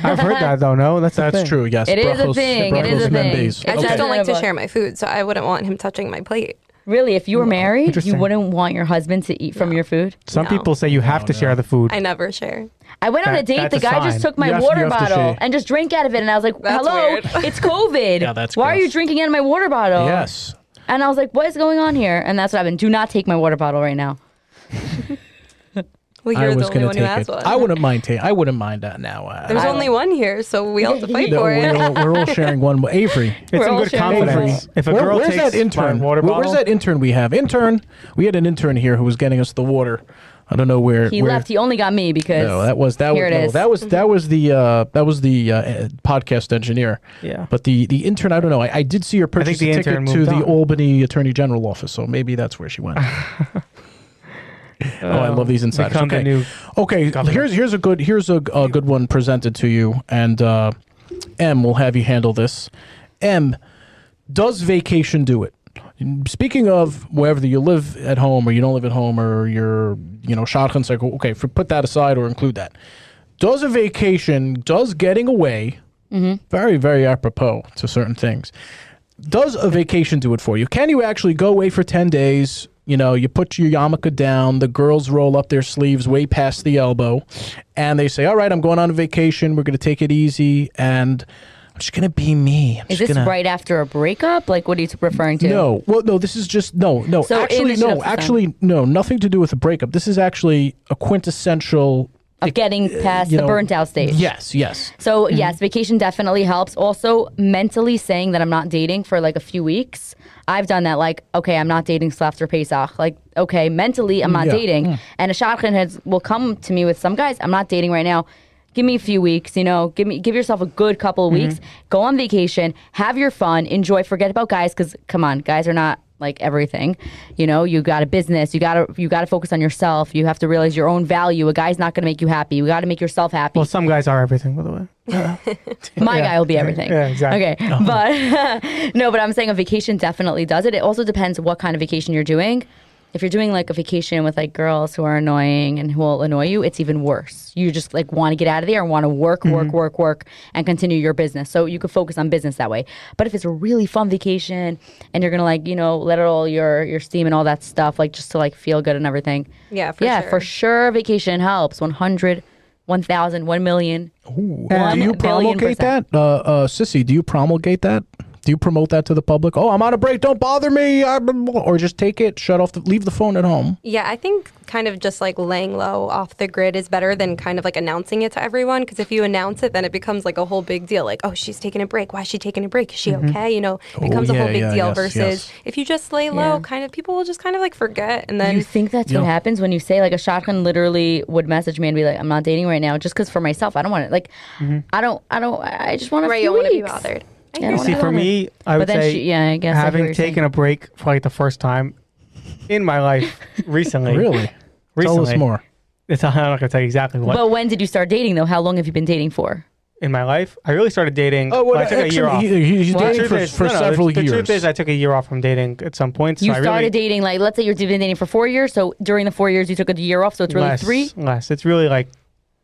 C: I've heard that though. No, that's the
B: That's
C: thing.
B: true. Yes.
D: It is a
B: Brachos-
D: thing, it
B: brachos
D: is a
B: and
D: thing.
B: days.
E: I
D: It's
E: just
B: Okay.
E: don't like to
D: Understandable.
E: share my food, so I wouldn't want him touching my plate.
D: Really, if you were married, you
C: interesting.
D: wouldn't want your husband to eat from your food.
C: Some
E: No.
C: people say you have to share the food.
E: I never share.
D: I went on
C: That-
D: a date.
C: that's
D: The
C: a
D: guy just
C: sign.
D: took my
B: You have- you
D: water
B: have to
D: bottle
B: share.
D: and just drank out of it, and I was like,
E: That's
D: "Hello,
E: weird.
D: it's COVID.
B: Yeah, that's
D: Why are you
B: gross.
D: drinking out of my water bottle?"
B: Yes.
D: And I was like, "What is going on here?" And that's what happened. Do not take my water bottle right now.
E: Well,
B: I was
E: you're the only
B: gonna
E: one who
B: take
E: has
B: it.
E: one.
B: I wouldn't mind. Ta- I wouldn't mind that now. Uh,
E: There's
B: I-
E: only one here, so we all have to fight
B: No,
E: for
B: we're,
E: it.
B: all, we're all sharing one. But Avery.
C: It's
D: We're
C: in
D: all
C: good
D: sharing the
C: confidence.
D: food.
C: If a
B: Where-
C: girl
B: where's
C: takes
B: that intern?
C: my water
B: Where-
C: bottle,
B: Where's that intern we have? Intern. We had an intern here who was getting us the water. I don't know where
D: He
B: where-
D: left. He only got me because
B: No, that was that
D: Here
B: was
D: it
B: no,
D: is. Mm-hmm.
B: that was that was the uh, that was the uh, eh, podcast engineer.
C: Yeah.
B: But the the intern, I don't know. I, I did see her purchase
C: the
B: a
C: intern
B: ticket to
C: moved
B: the
C: on.
B: Albany Attorney General office, so maybe that's where she went. oh, I love these insiders.
C: become the
B: okay,
C: new
B: okay.
C: governor.
B: Here's here's a good here's a, a good one presented to you, and uh, M will have you handle this. M, does vacation do it? Speaking of wherever you live at home or you don't live at home or you're, you know, shotgun cycle, okay, for, put that aside or include that. Does a vacation, does getting away,
D: Mm-hmm.
B: very, very apropos to certain things, does a vacation do it for you? Can you actually go away for 10 days? You know, you put your yarmulke down, the girls roll up their sleeves way past the elbow, and they say, All right, I'm going on a vacation. We're going to take it easy, and I'm just going to be me. I'm
D: Is
B: just
D: this
B: gonna-
D: right after a breakup? Like, what are you referring to?
B: no, well, no. This is just no, no.
D: So in
B: actually,
D: the Shut
B: no.
D: Up Society.
B: Actually, no. Nothing to do with a breakup. This is actually a quintessential
D: of getting past
B: Uh, you
D: the
B: know,
D: burnt out stage.
B: Yes, yes.
D: So yes, vacation definitely helps. Also, mentally saying that I'm not dating for like a few weeks. I've done that. Like, okay, I'm not dating till after Pesach. Like, okay, mentally, I'm not
B: Yeah.
D: dating. And a shotgun has will come to me with some guys. I'm not dating right now. Give me a few weeks. You know, give me give yourself a good couple of weeks. Go on vacation. Have your fun. Enjoy. Forget about guys. Because come on, guys are not like everything you know you got a business you gotta you gotta focus on yourself you have to realize your own value a guy's not gonna make you happy you gotta make yourself happy
C: Well, some guys are everything, by the way.
D: my guy will be everything.
C: Yeah, exactly. Uh-huh.
D: Okay, but no, but I'm saying a vacation definitely does it. It also depends what kind of vacation you're doing. If you're doing like a vacation with like girls who are annoying and who will annoy you, it's even worse. You just like want to get out of there and want to work, work,
C: Mm-hmm.
D: work, work, and continue your business. So you could focus on business that way. But if it's a really fun vacation and you're gonna like you know let out all your your steam and all that stuff like just to like feel good and everything.
E: Yeah, for
D: yeah,
E: sure.
D: for sure. Vacation helps. 100, 1,000, 1 million.
B: do you
D: One billion
B: promulgate that,
D: percent.
B: uh, uh, Sissy? Do you promulgate that? Do you promote that to the public? Oh, I'm on a break. Don't bother me. I- Or just take it, shut off, the, leave the phone at home.
E: Yeah, I think kind of just like laying low off the grid is better than kind of like announcing it to everyone. Because if you announce it, then it becomes like a whole big deal. Like, oh, she's taking a break. Why is she taking a break? Is she okay? You know, it becomes
B: Mm-hmm. Oh,
E: a
B: yeah,
E: whole big
B: yeah,
E: deal.
B: yes,
E: versus
B: yes.
E: if you just lay low,
D: Yeah.
E: kind of people will just kind of like forget. And then
D: you think that's what
B: Yeah.
D: happens when you say like a shotgun literally would message me and be like i'm not dating right now just because for myself i don't want it like
C: Mm-hmm.
D: i don't i don't i just want to
E: right, you don't want to be bothered. I
D: Yeah,
E: hear
D: I
E: you.
D: wanna
C: See,
D: be
C: for
D: bothered.
C: me, I would
D: but then
C: say
D: she, yeah i guess I hear what
C: having
D: you're
C: taken
D: saying.
C: a break for like the first time in my life recently.
B: Really?
C: Recently.
B: Tell us more.
C: It's, I'm not gonna tell you exactly what
D: but when did you start dating though how long have you been dating for
C: in my life. I really started dating.
B: Oh,
C: well, I
B: what?
C: took a year off.
B: He, he's
C: The
B: dating
C: truth
B: for,
C: is-
B: for
C: no, no, the-
B: several
C: the,
B: years.
C: truth is, I took a year off from dating at some point. So
D: you
C: I
D: started
C: really,
D: dating like let's say you've been dating for four years so during the four years you took a year off so it's really
C: less,
D: three
C: Less. It's really like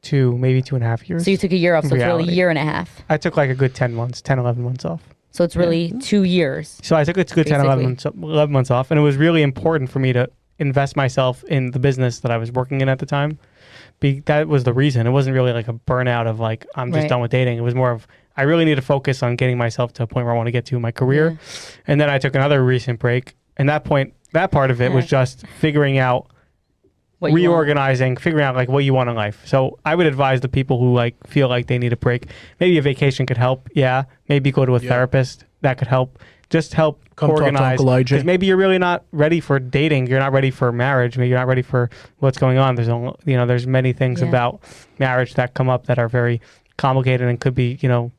C: two, maybe two and a half years.
D: so you took a year off so it's really
C: Reality.
D: a year and a half
C: I took like a good 10 months, 10, 11 months off.
D: so it's really two years
C: So I took a good 10, 11 months, 11 months off, and it was really important for me to invest myself in the business that I was working in at the time. Be, that was the reason. It wasn't really like a burnout of like, I'm just
D: Right.
C: done with dating. It was more of, I really need to focus on getting myself to a point where I want to get to in my career. And then I took another recent break. And that point, that part of it was just figuring out
D: What you want.
C: reorganizing, figuring out like what you want in life. So I would advise the people who like feel like they need a break. Maybe a vacation could help. Yeah, maybe go to a therapist. That could help. Just help
B: Come talk to
C: organize.
B: Uncle IJ.
C: 'Cause Maybe you're really not ready for dating. You're not ready for marriage. Maybe you're not ready for what's going on. There's a, you know there's many things
D: Yeah.
C: about marriage that come up that are very complicated and could be you know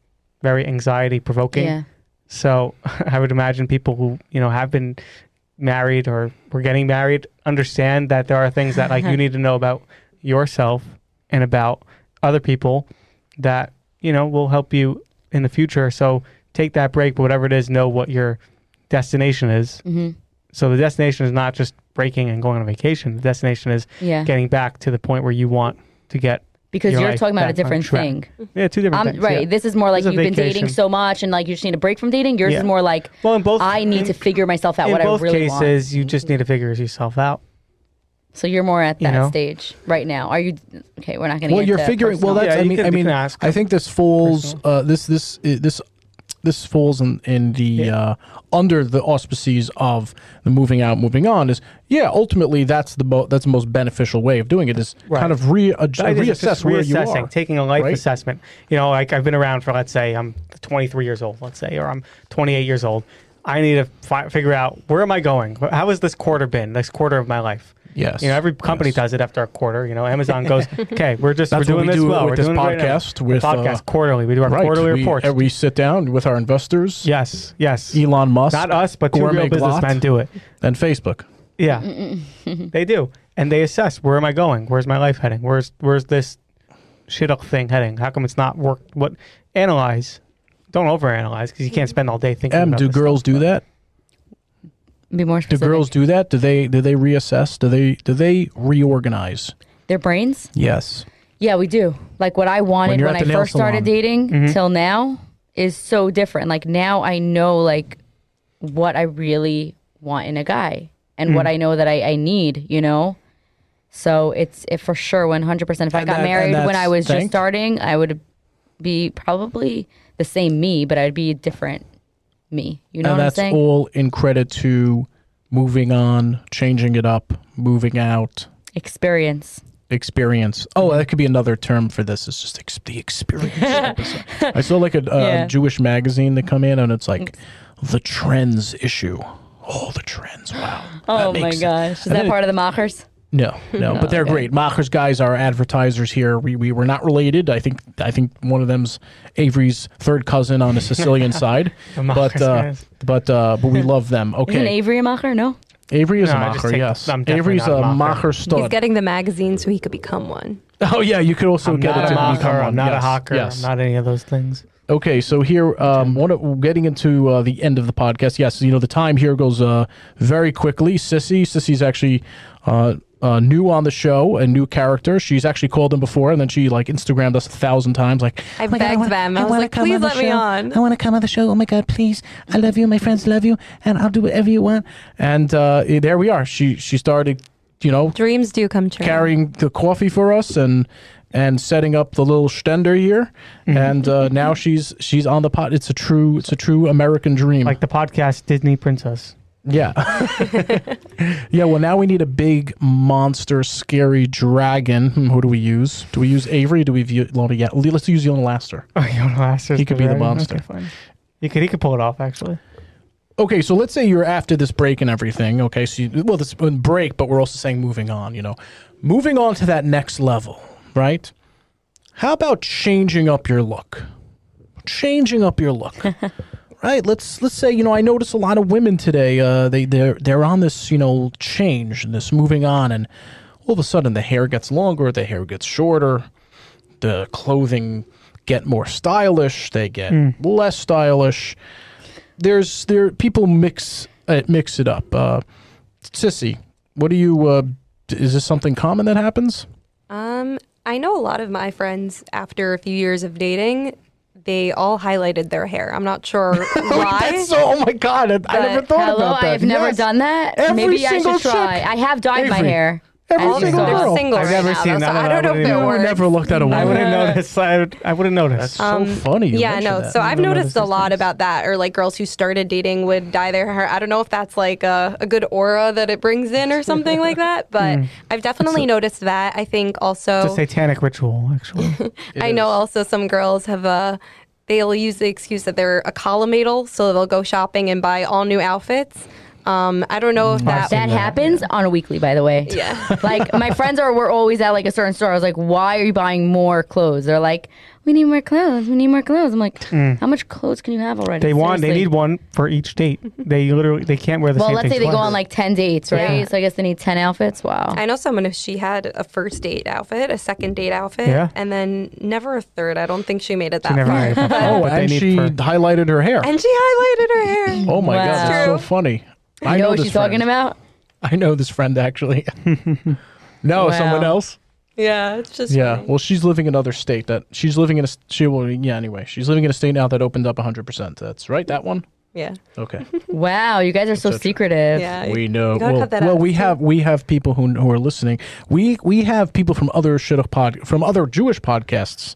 C: very anxiety provoking.
D: yeah
C: So I would imagine people who you know have been married or were getting married understand that there are things that like you need to know about yourself and about other people that you know will help you in the future. So take that break, but whatever it is, know what your destination is.
D: hmm
C: So the destination is not just breaking and going on vacation. The destination is
D: yeah
C: getting back to the point where you want to get.
D: because
C: your
D: you're
C: life
D: talking about a
C: back on
D: different
C: track.
D: thing
C: Yeah, two different
D: I'm
C: things.
D: right.
C: yeah.
D: This is more like
C: This
D: you've
C: is a
D: been dating
C: vacation.
D: so much and like you just need a break from dating. Yours
C: Yeah.
D: is more like
C: well, in both
D: I need to figure myself out
C: in
D: what I
C: both
D: really want.
C: cases, you just need to figure yourself out.
D: So you're more at
C: you
D: that
C: know?
D: stage right now. Are you okay? We're not going to.
B: well,
D: get
B: you're
D: into
B: figuring. Well, that's.
D: personal.
C: Yeah,
B: I
C: you
B: mean,
C: can-
B: I
C: you
B: mean,
C: can ask
B: I think this falls.
C: personal.
B: Uh, this this i- this this falls in in the uh, under the auspices of the moving out, moving on. Is yeah, ultimately that's the mo- that's the most beneficial way of doing it is kind
C: Right.
B: of re- adj-
C: I think it's
B: reassess
C: just
B: where you are.
C: reassessing, taking a life
B: right?
C: assessment. You know, like I've been around for let's say I'm 23 years old, let's say, or I'm 28 years old. I need to fi- figure out where am I going? How has this quarter been? This quarter of my life.
B: Yes,
C: You know, every company
B: yes.
C: does it after a quarter. You know, Amazon goes, okay, we're just
B: That's
C: we're
B: what
C: doing
B: we
C: this
B: do
C: well.
B: with
C: we're
B: this
C: doing it right now."
B: podcast with,
C: The podcast
B: uh,
C: quarterly. We do our
B: Right.
C: quarterly
B: we,
C: reports.
B: uh, We sit down with our investors.
C: yes, yes.
B: Elon Musk.
C: Not us, but two
B: Gourmet
C: real businessmen
B: Glot,
C: do it.
B: and Facebook.
C: Yeah, they do, and they assess where am I going? Where's my life heading? Where's where's this shit up thing heading? How come it's not work? What analyze? Don't overanalyze because you
D: Mm-hmm.
C: can't spend all day thinking.
B: M.
C: about
B: Do
C: this
B: girls
C: stuff,
B: do
C: but-
B: that?
D: be more
B: Do
D: specific.
B: girls do that? Do they do they reassess? Do they do they reorganize?
D: their brains?
B: Yes.
D: Yeah, we do. Like what I
B: When
D: wanted when,
B: you're at
D: I
B: the nail
D: first started
B: salon. Mm-hmm.
D: dating till now is so different. Like now I know like what I really want in a guy and
B: Mm.
D: what I know that I, I need, you know? So it's it for sure 100%. If I
B: And
D: got
B: that- and
D: married when
B: that's
D: I was just
B: thanked?
D: starting, I would be probably the same me, but I'd be a different me. You know
B: and
D: what I'm
B: that's
D: saying?
B: all in credit to moving on, changing it up, moving out,
D: Experience.
B: experience. Oh, that could be another term for this. It's just ex- the experience. episode. I saw like a, uh
D: Yeah.
B: Jewish magazine that come in, and it's like the trends issue. All the trends. Wow.
D: Oh
B: That
D: my
B: makes-
D: gosh. Is
B: And then
D: that
B: it-
D: part of the Machers?
B: No, no, but they're great. Macher's guys are advertisers here. We, we were not related. I think I think one of them's Avery's third cousin on the Sicilian side. but
C: Macher's
B: uh,
C: guys.
B: but uh, but we love them. Okay,
D: Isn't Avery a Macher? No.
B: Avery is
C: No,
B: a
C: I just
B: Macher.
C: take-
B: Yes,
C: I'm definitely
B: Avery's a
C: not a Macher.
B: Macher
E: He's
B: stud.
E: getting the magazine so he could become one.
B: oh yeah, you could also
C: I'm
B: get it
C: not
B: to
C: a mocker.
B: become
C: I'm
B: one.
C: not a
B: Yes,
C: hawker.
B: Yes. Mm.
C: I'm not any of those things.
B: Okay, so here, um, one of, getting into uh, the end of the podcast. Yes, you know the time here goes uh, very quickly. Sissy, Sissy's actually uh, uh, new on the show, a new character. She's actually called in before, and then she like Instagrammed us a thousand times. Like,
G: Oh
E: I begged them. I, was like, please let me on.
G: I want to come on the show. Oh my God, please. I love you. My friends love you. And I'll do whatever you want.
B: and uh, eh, there we are. She she started, you know,
E: Dreams do come true.
B: carrying the coffee for us and and setting up the little stender here. And uh, now she's she's on the pot. It's a true it's a true American dream.
C: Like the podcast Disney Princess.
B: Yeah. yeah, well, now we need a big monster, scary dragon. Hmm, who do we use? Do we use Avery? Do we view Lona? Yeah, le- let's use Yona Laster.
C: Oh, you want to ask us
B: He could
C: to
B: be the
C: write?
B: monster.
C: Okay, fine. He could. He could pull it off. Actually,
B: Okay, so let's say you're after this break and everything. Okay, so, you, well, this uh, break, but we're also saying moving on, you know. Moving on to that next level, right? How about changing up your look? Changing up your look. Right. Let's let's say you know I notice a lot of women today. Uh, they they're they're on this you know change and this moving on, and all of a sudden the hair gets longer, the hair gets shorter, the clothing get more stylish, they get less stylish. There's there people mix uh, mix it up. Uh, Sissy, what do you? Uh, d- is this something common that happens?
E: Um, I know a lot of my friends after a few years of dating, they all highlighted their hair. I'm not sure why.
B: That's so. Oh my god! I, I never
D: But
B: thought
D: hello,
B: about that.
D: I have never
B: Yes.
D: done that.
B: Every
D: Maybe I
B: single
D: should try.
B: chick.
D: I have dyed my
B: Every-
D: hair.
B: every
D: as you
B: single
D: saw.
E: They're
B: girl.
E: single
C: I've
E: right
C: never
E: now,
C: seen
E: though,
C: that.
E: so
C: I
E: I don't know
C: wouldn't
E: if
C: even-
E: it
B: I
E: works.
B: never looked at a
C: I
B: woman.
C: wouldn't notice. I, would, I wouldn't notice.
B: That's
D: um,
B: so funny. you
E: yeah,
B: mention
E: no.
B: that.
E: So I've
C: Never
E: noticed
C: noticed
E: a
C: those
E: lot
C: things.
E: about that, or like girls who started dating would dye their hair. I don't know if that's like a, a good aura that it brings in or something like that, but I've definitely noticed that. I think also
C: It's a satanic ritual, actually.
E: I know also some girls have uh they'll use the excuse that they're a colomatal, so they'll go shopping and buy all new outfits. Um, I don't know if that,
D: That happens on a weekly, by the way.
E: Yeah.
D: like my friends are, we're always at like a certain store. I was like, why are you buying more clothes? They're like, we need more clothes. We need more clothes. I'm like, how much clothes can you have already?
C: They want. They
D: Seriously.
C: need one for each date. They literally. They can't wear the
D: Well,
C: same
D: let's
C: thing
D: say they go
C: twice.
D: on like ten dates, right? So I guess they need ten outfits. Wow.
E: I know someone if she had a first date outfit, a second date outfit,
C: Yeah.
E: and then never a third. I don't think she made it that
C: never
E: far.
C: made it that far.
E: But-
B: Oh,
C: But they
B: and
C: need
B: she
C: for-
B: highlighted her hair.
E: and she highlighted her hair.
B: oh my god, that's so
E: Wow.
B: funny. I
D: you know, what
B: this
D: she's
B: friend.
D: talking about?
B: I know this friend actually. no, someone
D: Wow.
B: else.
E: Yeah, it's just
B: Yeah.
E: funny.
B: Well, she's living in another state that she's living in a. s- She will. Yeah. Anyway, she's living in a state now that opened up 100. percent That's right. That one.
E: yeah,
B: Okay.
D: Wow, you guys are so
B: Etc.
D: secretive.
E: yeah.
B: we know.
E: you gotta
B: well,
E: cut that
B: well,
E: out,
B: we
E: too.
B: have we have people who, who are listening. We we have people from other shidduch pod from other Jewish podcasts,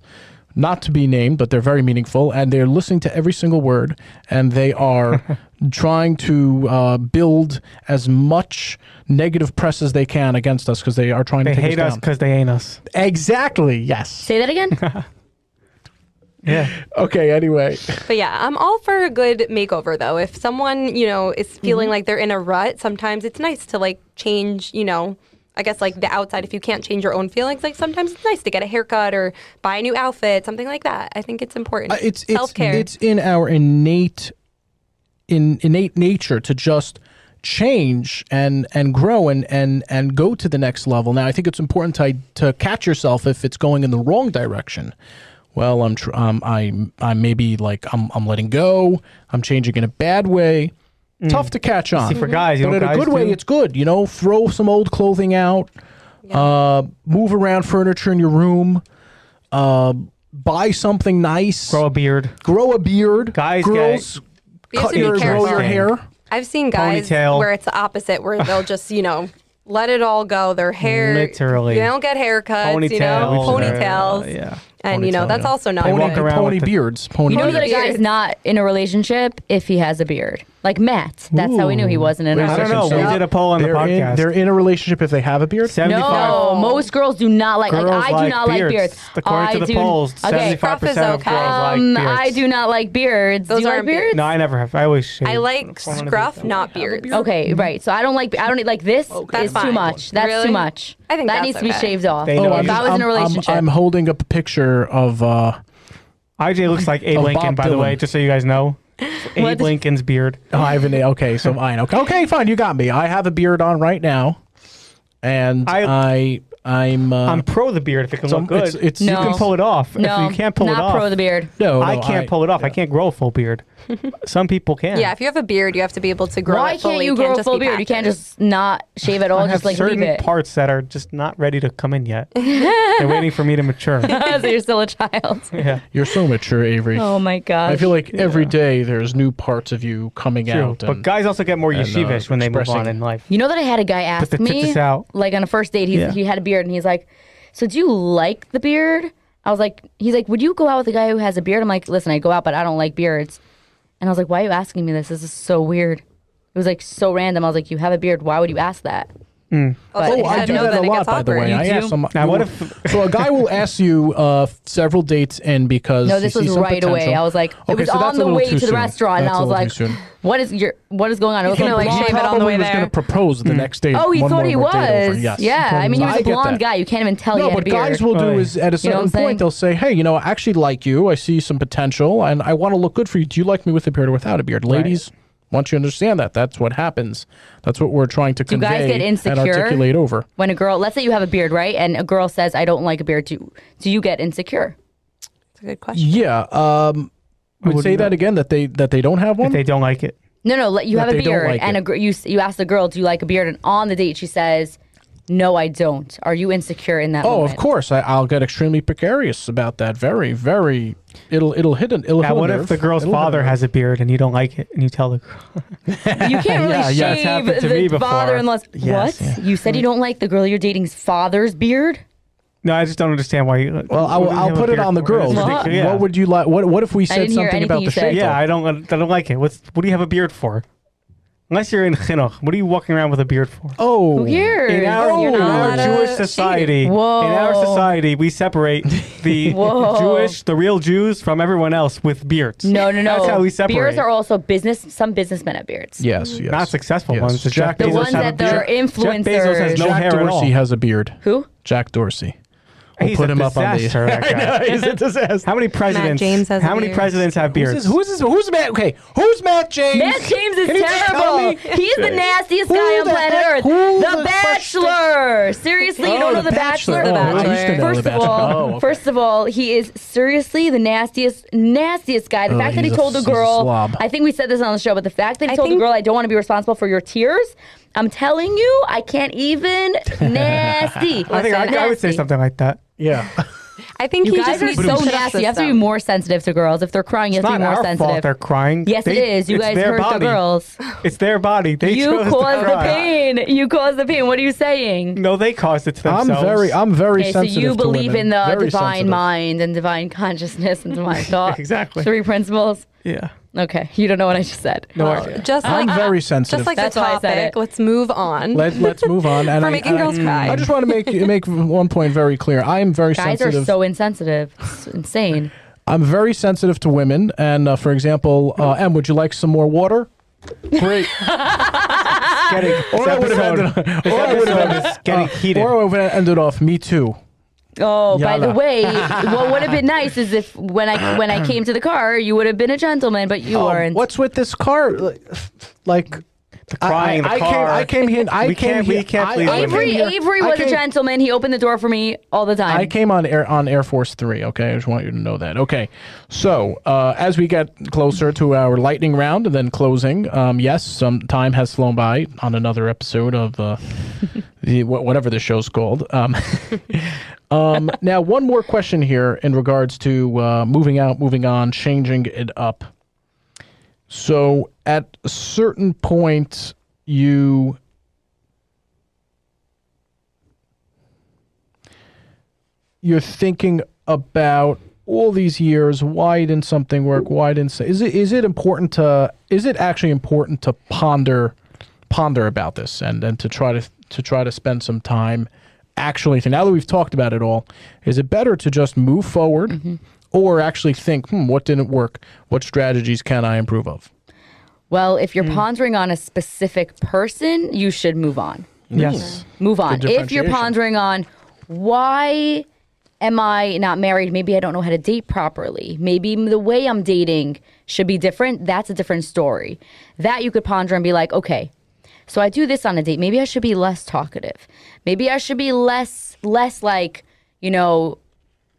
B: not to be named, but they're very meaningful, and they're listening to every single word, and they are trying to uh, build as much negative press as they can against us because they are trying to
C: They
B: take
C: hate us
B: down.
C: because they ain't us.
B: Exactly. Yes.
D: Say that again.
C: Yeah.
B: Okay. Anyway.
E: But yeah, I'm all for a good makeover though. If someone, you know, is feeling
C: Mm-hmm.
E: like they're in a rut, sometimes it's nice to like change, you know, I guess like the outside if you can't change your own feelings, like sometimes it's nice to get a haircut or buy a new outfit, something like that. I think it's important.
B: Uh, it's it's,
E: self-care.
B: it's in our innate in innate nature to just change and and grow and and and go to the next level. Now, I think it's important to to catch yourself if it's going in the wrong direction. Well, I'm tr- um, I I maybe like I'm I'm letting go. I'm changing in a bad way. Tough to catch on.
C: See, for guys, Mm. you
B: but
C: know
B: in a
C: guys
B: good way,
C: do?
B: it's good. You know, throw some old clothing out. Uh, move around furniture in your room. Uh, buy something nice
C: Grow a beard.
B: grow a beard.
C: Guys
B: girls,
E: You have
B: cut
E: to be
B: your grow
E: careful.
B: your hair.
E: I've seen guys
C: Ponytail.
E: where it's the opposite where they'll just, you know, let it all go. Their hair
C: Literally.
E: They don't get haircuts, you know,
C: Ponytails.
E: ponytails.
C: Uh, yeah.
E: And you know,
B: Ponytail,
E: that's
B: yeah.
E: also not
C: They
E: good.
C: walk around
B: pony
C: with the-
B: beards. Pony
D: you know that
B: beards.
D: a guy is not in a relationship if he has a beard. Like Matt. That's how we knew he wasn't in
B: Wait
D: our
B: a
C: I don't know.
B: So
C: We did a poll on the
B: they're, in,
C: podcast.
B: they're in a relationship if they have a beard.
D: No, most girls do not like.
C: Girls
D: like I do
C: like
D: not
C: beards.
D: like beards.
C: According
D: I
C: to the
D: do,
C: polls,
D: okay.
C: 75% of
E: Scruff is okay.
C: girls like
D: Um,
C: beards.
D: I do not like beards.
E: Those
D: do you like
E: aren't beards.
D: beards?
C: No, I never have. I always shave.
E: I like scruff, not beards.
D: Okay,
C: Mm-hmm.
D: right. So I don't like. I don't like this.
E: That's
D: is too
E: fine.
D: much. That's
E: Really?
D: too much.
E: I think
D: that
E: that's
D: needs to be
E: okay.
D: shaved off. Oh,
C: They
D: if
C: know
D: I
C: I'm
D: was
C: just-
D: in a relationship,
B: I'm, holding up a picture of. Uh,
C: IJ looks like Abe
B: Oh, Bob
C: Lincoln, by the
B: Dylan.
C: way, just so you guys know. Abe
D: did-
C: Lincoln's beard.
B: oh, I have an okay. So I okay. Okay, fine. You got me. I have a beard on right now, and I,
C: I-
B: I am Uh,
C: I'm pro the beard if it can
B: so
C: look good.
B: It's, it's Oh,
C: you
D: No.
C: can pull it off.
D: no,
C: if you can't pull
D: not
C: it off.
D: pro the beard.
B: no,
C: I can't pull it off. I can't grow a full beard. Some people can.
E: Yeah, if you have a beard, you have to be able to grow
D: Why
E: it
D: can't
E: fully.
D: you grow a
E: just
D: full
E: be
D: beard? You can't
E: patches.
D: just not shave at all.
C: I have
D: just like
C: certain
D: leave it.
C: parts that are just not ready to come in yet. They're waiting for me to mature.
D: so you're still a child.
C: Yeah.
B: You're so mature, Avery.
D: Oh my gosh.
B: I feel like every day there's new parts of you coming
C: True.
B: out.
C: But
B: and-
C: guys also get more
B: and, uh,
C: yeshivish when they move on
B: expressing-
C: in life.
D: You know that I had a guy
C: Put
D: ask
C: the
D: me,
C: tits out.
D: like on a first date, he's,
C: Yeah.
D: he had a beard, and he's like, "So do you like the beard?" I was like, "He's like, would you go out with a guy who has a beard?" I'm like, "Listen, I go out, but I don't like beards." And I was like, "Why are you asking me this? This is so weird." It was like so random. I was like, "You have a beard. Why would you ask that?"
E: But
B: Oh,
E: if
B: I
E: you
B: do
E: know,
B: that a
E: then it
B: lot,
E: gets
B: by the
E: awkward.
B: way. I ask some.
C: Now, what if-
B: so a guy will ask you uh, several dates in because
D: No, this
B: he
D: was
B: sees some
D: right away.
B: potential.
D: I was like, it
B: Okay,
D: was
B: so that's
D: on
B: a
D: the
B: little
D: way
B: too
D: to the
B: soon.
D: restaurant, and
B: That's
D: I
B: a
D: was
B: little
D: like,
B: too soon.
D: "What is your? What is going on?" It was
E: gonna,
D: like
E: like,
D: blonde-
E: shave it on the
B: probably
E: way
B: was
E: there.
B: gonna propose
C: Hmm.
B: the next day.
D: Oh, he
B: one
D: thought
B: more
D: he
B: date over.
D: was.
B: Yes. Mm-hmm.
D: Yeah, I mean, he
B: I
D: was a
B: get that.
D: blonde guy. You can't even tell he
B: No,
D: had a
B: but
D: beard.
B: guys will
C: Oh,
B: do
C: yeah.
B: is at a
D: You know
B: certain
D: what I'm saying?
B: point they'll say, "Hey, you know, I actually like you. I see some potential, and I want to look good for you. Do you like me with a beard or without a beard, ladies?" Once you understand that, that's what happens. That's what we're trying to
D: guys
B: convey
D: get
B: and
D: insecure?
B: articulate over.
D: when a girl let's say you have a beard right and a girl says i don't like a beard do, do you get insecure
E: That's a good question.
B: Yeah, um, would
C: wouldn't
B: say that
C: know.
B: again that they that they don't have one.
C: If they don't like it.
D: no no let you
B: That
D: have a
B: they don't
D: beard
B: like
D: and
B: it.
D: a gr- you s- you ask the girl do you like a beard and on the date she says no i don't are you insecure in that
B: Oh,
D: moment?
B: of course. I, I'll get extremely precarious about that. Very, very. It'll it'll hit an. It'll
C: Now,
B: hit a
C: what if
B: nerve.
C: the girl's
B: It'll hit a
C: father
B: nerve.
C: has a beard and you don't like it and you tell the girl?
D: you can't really
C: Yeah, yeah, it's
D: shave
C: happened to me
D: the
C: before.
D: father unless
F: Yes,
D: what you said you don't like the girl you're dating's father's beard
C: No, I just don't understand why you.
B: Well, I'll, I'll put it on the girl.
D: What?
B: What?
C: Yeah.
B: would you like? What What if we said
D: didn't hear
B: something
D: anything
B: about
D: you
B: the
D: said.
B: shape?
C: Yeah, I don't. I don't like it. What's, what do you have a beard for? Unless you're in chinuch, what are you walking around with a beard for?
B: Oh,
D: who cares
C: In our,
D: You're
C: in
D: not
C: our
E: allowed
C: Jewish
E: to
C: society, in
D: Whoa.
C: our society, we separate the
D: Whoa.
C: Jewish, the real Jews, from everyone else with beards.
D: no no no
C: That's how we separate.
D: beards are also business some businessmen have beards
B: yes, yes.
C: not successful
B: Yes.
C: ones. Does Jeff
B: The
C: Bezos
B: ones
C: have a
B: that they're
C: beard? Jeff Bezos has
D: influencers.
C: no
B: Jack
C: hair at all.
B: Dorsey has a beard.
D: who
B: Jack Dorsey.
C: He's
B: put
C: a
B: him up on the-
C: disaster, that guy.
B: He's a disaster.
C: How many presidents?
E: James has a
C: how many
E: beard.
C: presidents have
B: Who's
C: beards?
B: this, who's this? Who's Matt? Okay, who's Matt James?
D: Matt James is
B: Can you just tell
D: terrible.
B: me?
D: He's the nastiest
B: Who
D: guy on
B: the
D: planet
B: heck-
D: Earth.
B: who
D: The
B: the
D: Bachelor. Seriously, you
B: Oh,
D: don't know
B: The
D: The Bachelor?
B: Bachelor.
E: Oh, I used to know
D: First
B: The
D: of all,
B: Bachelor. Oh, okay.
D: first of all, he is seriously the nastiest, nastiest guy. The
B: Oh,
D: fact that he
B: he's a-
D: told the
B: he's a
D: girl,
B: slob.
D: I think we said this on the show, but the fact that he
E: I
D: told the
E: think-
D: girl, I don't want to be responsible for your tears. I'm telling you, I can't even. Nasty.
C: I think I, I would say
D: Nasty.
C: something like that.
B: Yeah.
E: I think
D: You
E: he
D: guys
E: just
D: are
E: needs to
D: so
E: shut up
D: nasty. You have to be
E: system.
D: more sensitive to girls. If they're crying, you
C: It's not
D: have to be more
C: our fault
D: sensitive.
C: they're crying.
D: Yes,
C: They-
D: it is. You
C: it's
D: guys
C: their
D: hurt the
C: body.
D: girls.
C: It's their body. They
D: You
C: chose to
D: caused the
C: cry.
D: pain. You caused the pain. What are you saying?
C: No, they caused it to
B: I'm
C: themselves.
B: very, I'm very
D: Okay, so
B: sensitive.
D: you
B: to
D: believe
B: women.
D: in the
B: Very
D: divine
B: sensitive.
D: mind and divine consciousness and divine thought.
C: Exactly.
D: Three principles.
C: yeah.
D: Okay, you don't know what I just said.
C: No, I-
E: Just
B: I'm
D: Uh,
E: like,
B: very sensitive.
E: just like
D: That's
E: the
D: why I said it.
E: topic. Let's move on.
B: Let, let's move on. And
E: For
B: I,
E: making
B: I-
E: girls cry.
B: I just want to make make one point very clear. I am very
D: Guys
B: sensitive.
D: are so insensitive. It's insane.
B: I'm very sensitive to women. And uh, for example, uh, Em, would you like some more water? Great.
D: Ah.
C: getting
B: or I would have ended. Or I would have ended. uh,
C: getting heated.
B: Or I would have ended off. Me too.
D: Oh, by the
B: Yalla.
D: way, what would have been nice is if when I when I came to the car, you would have been a gentleman, but you
B: Oh,
D: weren't.
B: what's with this car? Like. I-
C: crying in the
B: I, I came.
C: car.
B: I came here. I
C: We
B: came
C: can't- we
B: here.
C: can't
B: I,
C: please
B: I
C: women.
B: came
D: Avery
B: here-
D: Avery
B: I
D: was a
B: came-
D: gentleman. He opened the door for me all the time.
B: I came on air on Air Force Three. Okay, I just want you to know that. Okay, so uh, as we get closer to our lightning round and then closing, um, yes, some time has flown by on another episode of uh, the wh- whatever the show's called. Um, um, now, one more question here in regards to uh, moving out, moving on, changing it up. So at a certain point, you you're thinking about all these years, why didn't something work? Why didn't so- is it is it important to is it actually important to ponder ponder about this and and to try to to try to spend some time actually think now that we've talked about it all, is it better to just move forward or actually think, hmm, what didn't work? What strategies can I improve of?
D: Well, if you're
B: Hmm.
D: pondering on a specific person, you should move on.
C: Yes.
D: Move on. If you're
B: differentiation.
D: pondering on why am I not married? Maybe I don't know how to date properly. Maybe m- the way I'm dating should be different. That's a different story. That you could ponder and be like, okay, so I do this on a date. Maybe I should be less talkative. Maybe I should be less, less like, you know,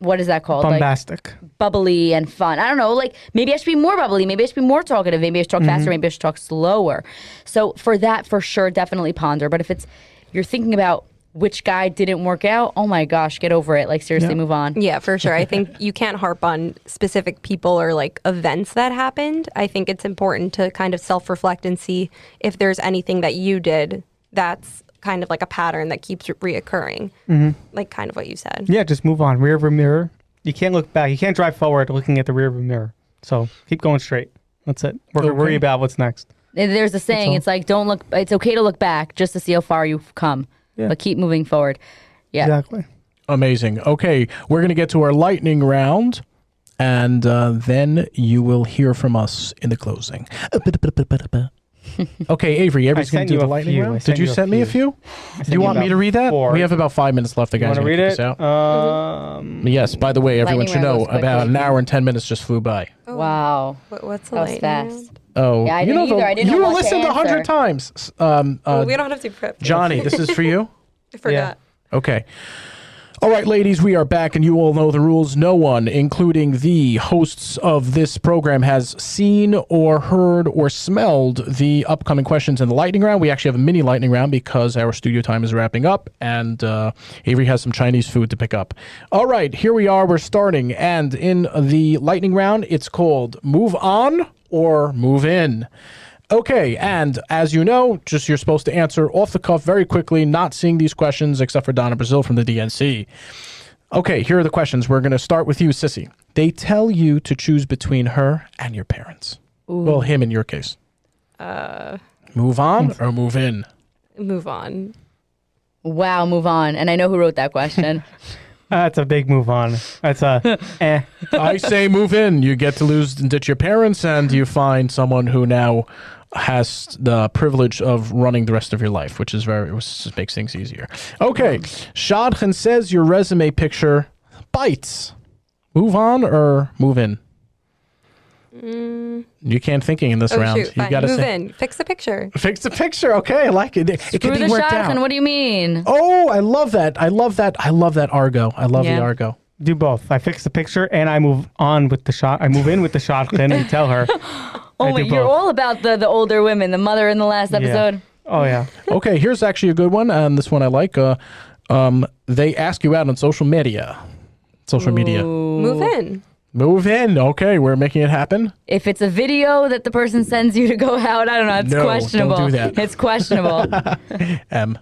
D: what is that called? Like,
C: Bombastic.
D: bubbly and fun. I don't know, like maybe I should be more bubbly, maybe I should be more talkative, maybe I should talk faster, maybe I should talk slower. So for that, for sure, definitely ponder. But if it's you're thinking about which guy didn't work out, oh my gosh, get over it. Like seriously, move on.
E: Yeah, Mm. for sure. I think you can't harp on specific people or like events that happened. I think it's important to kind of self reflect and see if there's anything that you did that's kind of like a pattern that keeps reoccurring, like kind of what you said.
C: Yeah, just move on. Rear view mirror. You can't look back. You can't drive forward looking at the rear view mirror. So keep going straight. That's it. We're gonna worry about what's next.
D: And There's a saying,
C: all.
D: it's like don't look it's okay to look back just to see how far you've come. But keep moving forward. Yeah.
C: Exactly.
B: Amazing. Okay, we're going to get to our lightning round, and uh, then you will hear from us in the closing. Okay, Avery, Avery's going
C: sent
B: to do
C: you
B: the
C: a
B: lightning
C: few. I
B: round.
C: sent
B: Did you
C: you a
B: send me a few? Do you
C: you
B: want me
C: about
B: to read that?
C: four.
B: We have about five minutes left. The
C: You
B: guys
C: want
B: are
C: to
B: going
C: read
B: to us
C: it?
B: out.
C: Um,
B: yes. By the way, everyone
D: Lightning
B: should
D: round
B: know
D: goes quick,
B: about an
D: lightning.
B: hour and ten minutes just flew by.
D: Wow.
E: What, what's the
D: That was
E: Oh. lightning round?
D: fast.
B: Oh,
D: Yeah, I
B: you know
D: didn't
B: the,
D: either. I didn't
B: you
D: know what to
B: listened a
D: answer.
B: hundred times. S- Um, uh,
E: Well, we don't have to prep.
B: Johnny, this is for you.
E: I forgot.
B: Okay. All right, ladies, we are back, and you all know the rules. No one, including the hosts of this program, has seen or heard or smelled the upcoming questions in the lightning round. We actually have a mini lightning round because our studio time is wrapping up, and uh, Avery has some Chinese food to pick up. All right, here we are. We're starting, and in the lightning round, it's called Move On or Move In. Okay, and as you know, just you're supposed to answer off the cuff very quickly, not seeing these questions except for Donna Brazil from the DNC. Okay, here are the questions. We're going to start with you, Sissy. They tell you to choose between her and your parents. Well, him in your case. Uh, move on or move in?
E: Move on.
D: Wow, move on. And I know who wrote that question.
C: that's a big move on. That's a eh.
B: I say move in. You get to lose to your parents and you find someone who now has the privilege of running the rest of your life, which is very which just makes things easier. Okay. Shadchan says your resume picture bites. Move on or move in? You can't thinking in this
E: Mm. Oh
B: round.
E: shoot!
B: you
E: Fine.
B: gotta
E: Move
B: say,
E: in. Fix the picture.
B: fix the picture. Okay, I like it. It, it
D: Through
B: can
D: the
B: be worked
D: shots,
B: out.
D: and what do you mean?
B: oh, I love that. I love that. I love that Argo. I love
D: Yeah.
B: the Argo.
C: Do both. I fix the picture and I move on with the shot. I move in with the shot and I tell her. I
D: Oh
C: do
D: wait, you're
C: both.
D: all about the the older women, the mother in the last episode.
C: Oh yeah.
B: Okay, here's actually a good one, and this one I like. Uh, um, they ask you out on social media. Social media.
E: Move in.
B: Move in. Okay, we're making it happen.
D: If it's a video that the person sends you to go out, I don't know. It's
B: No, don't
D: questionable.
B: do that.
D: It's questionable.
B: M.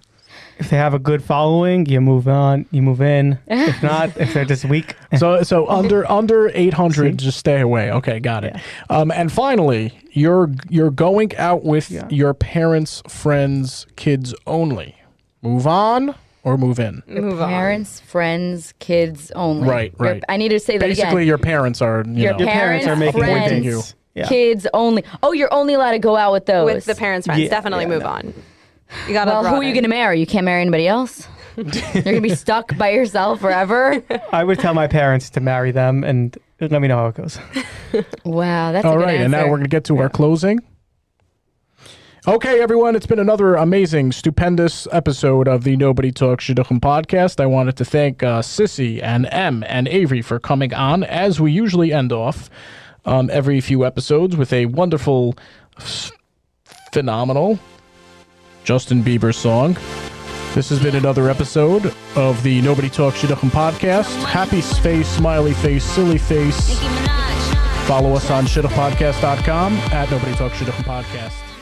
C: If they have a good following, you move on. You move in. If not, if they're just weak,
B: So so under under 800, just stay away. Okay, got it. Um, and finally, you're you're going out with
C: Yeah.
B: your parents, friends, kids only. Move on or move in.
E: Move on.
D: Parents, friends, kids only.
B: Right,
D: Your-
B: right.
D: I need to say that
B: Basically,
D: again.
B: your parents are you
D: Your
B: know.
C: your parents,
D: Parents,
C: are making
D: friends,
C: pointing you.
B: Pointing
C: Yeah.
D: Kids only. Oh, you're only allowed to go out with those.
E: With the parents' friends,
C: Yeah,
E: definitely move on. You gotta.
D: Well, who are
E: broaden.
D: you going to marry? You can't marry anybody else. you're going to be stuck by yourself forever.
C: I would tell my parents to marry them and let me know how it goes.
D: Wow, that's a
B: All
D: good
B: right, and now
D: answer.
B: we're going to get to our closing. Okay, everyone, it's been another amazing, stupendous episode of the Nobody Talks Shidduchim podcast. I wanted to thank uh, Sissy and M and Avery for coming on, as we usually end off um, every few episodes with a wonderful, f- phenomenal Justin Bieber song. This has been another episode of the Nobody Talks Shidduchim podcast. Happy face, smiley face, silly face. Follow us on shidduchpodcast.com at Nobody Talks Shidduchim Podcast.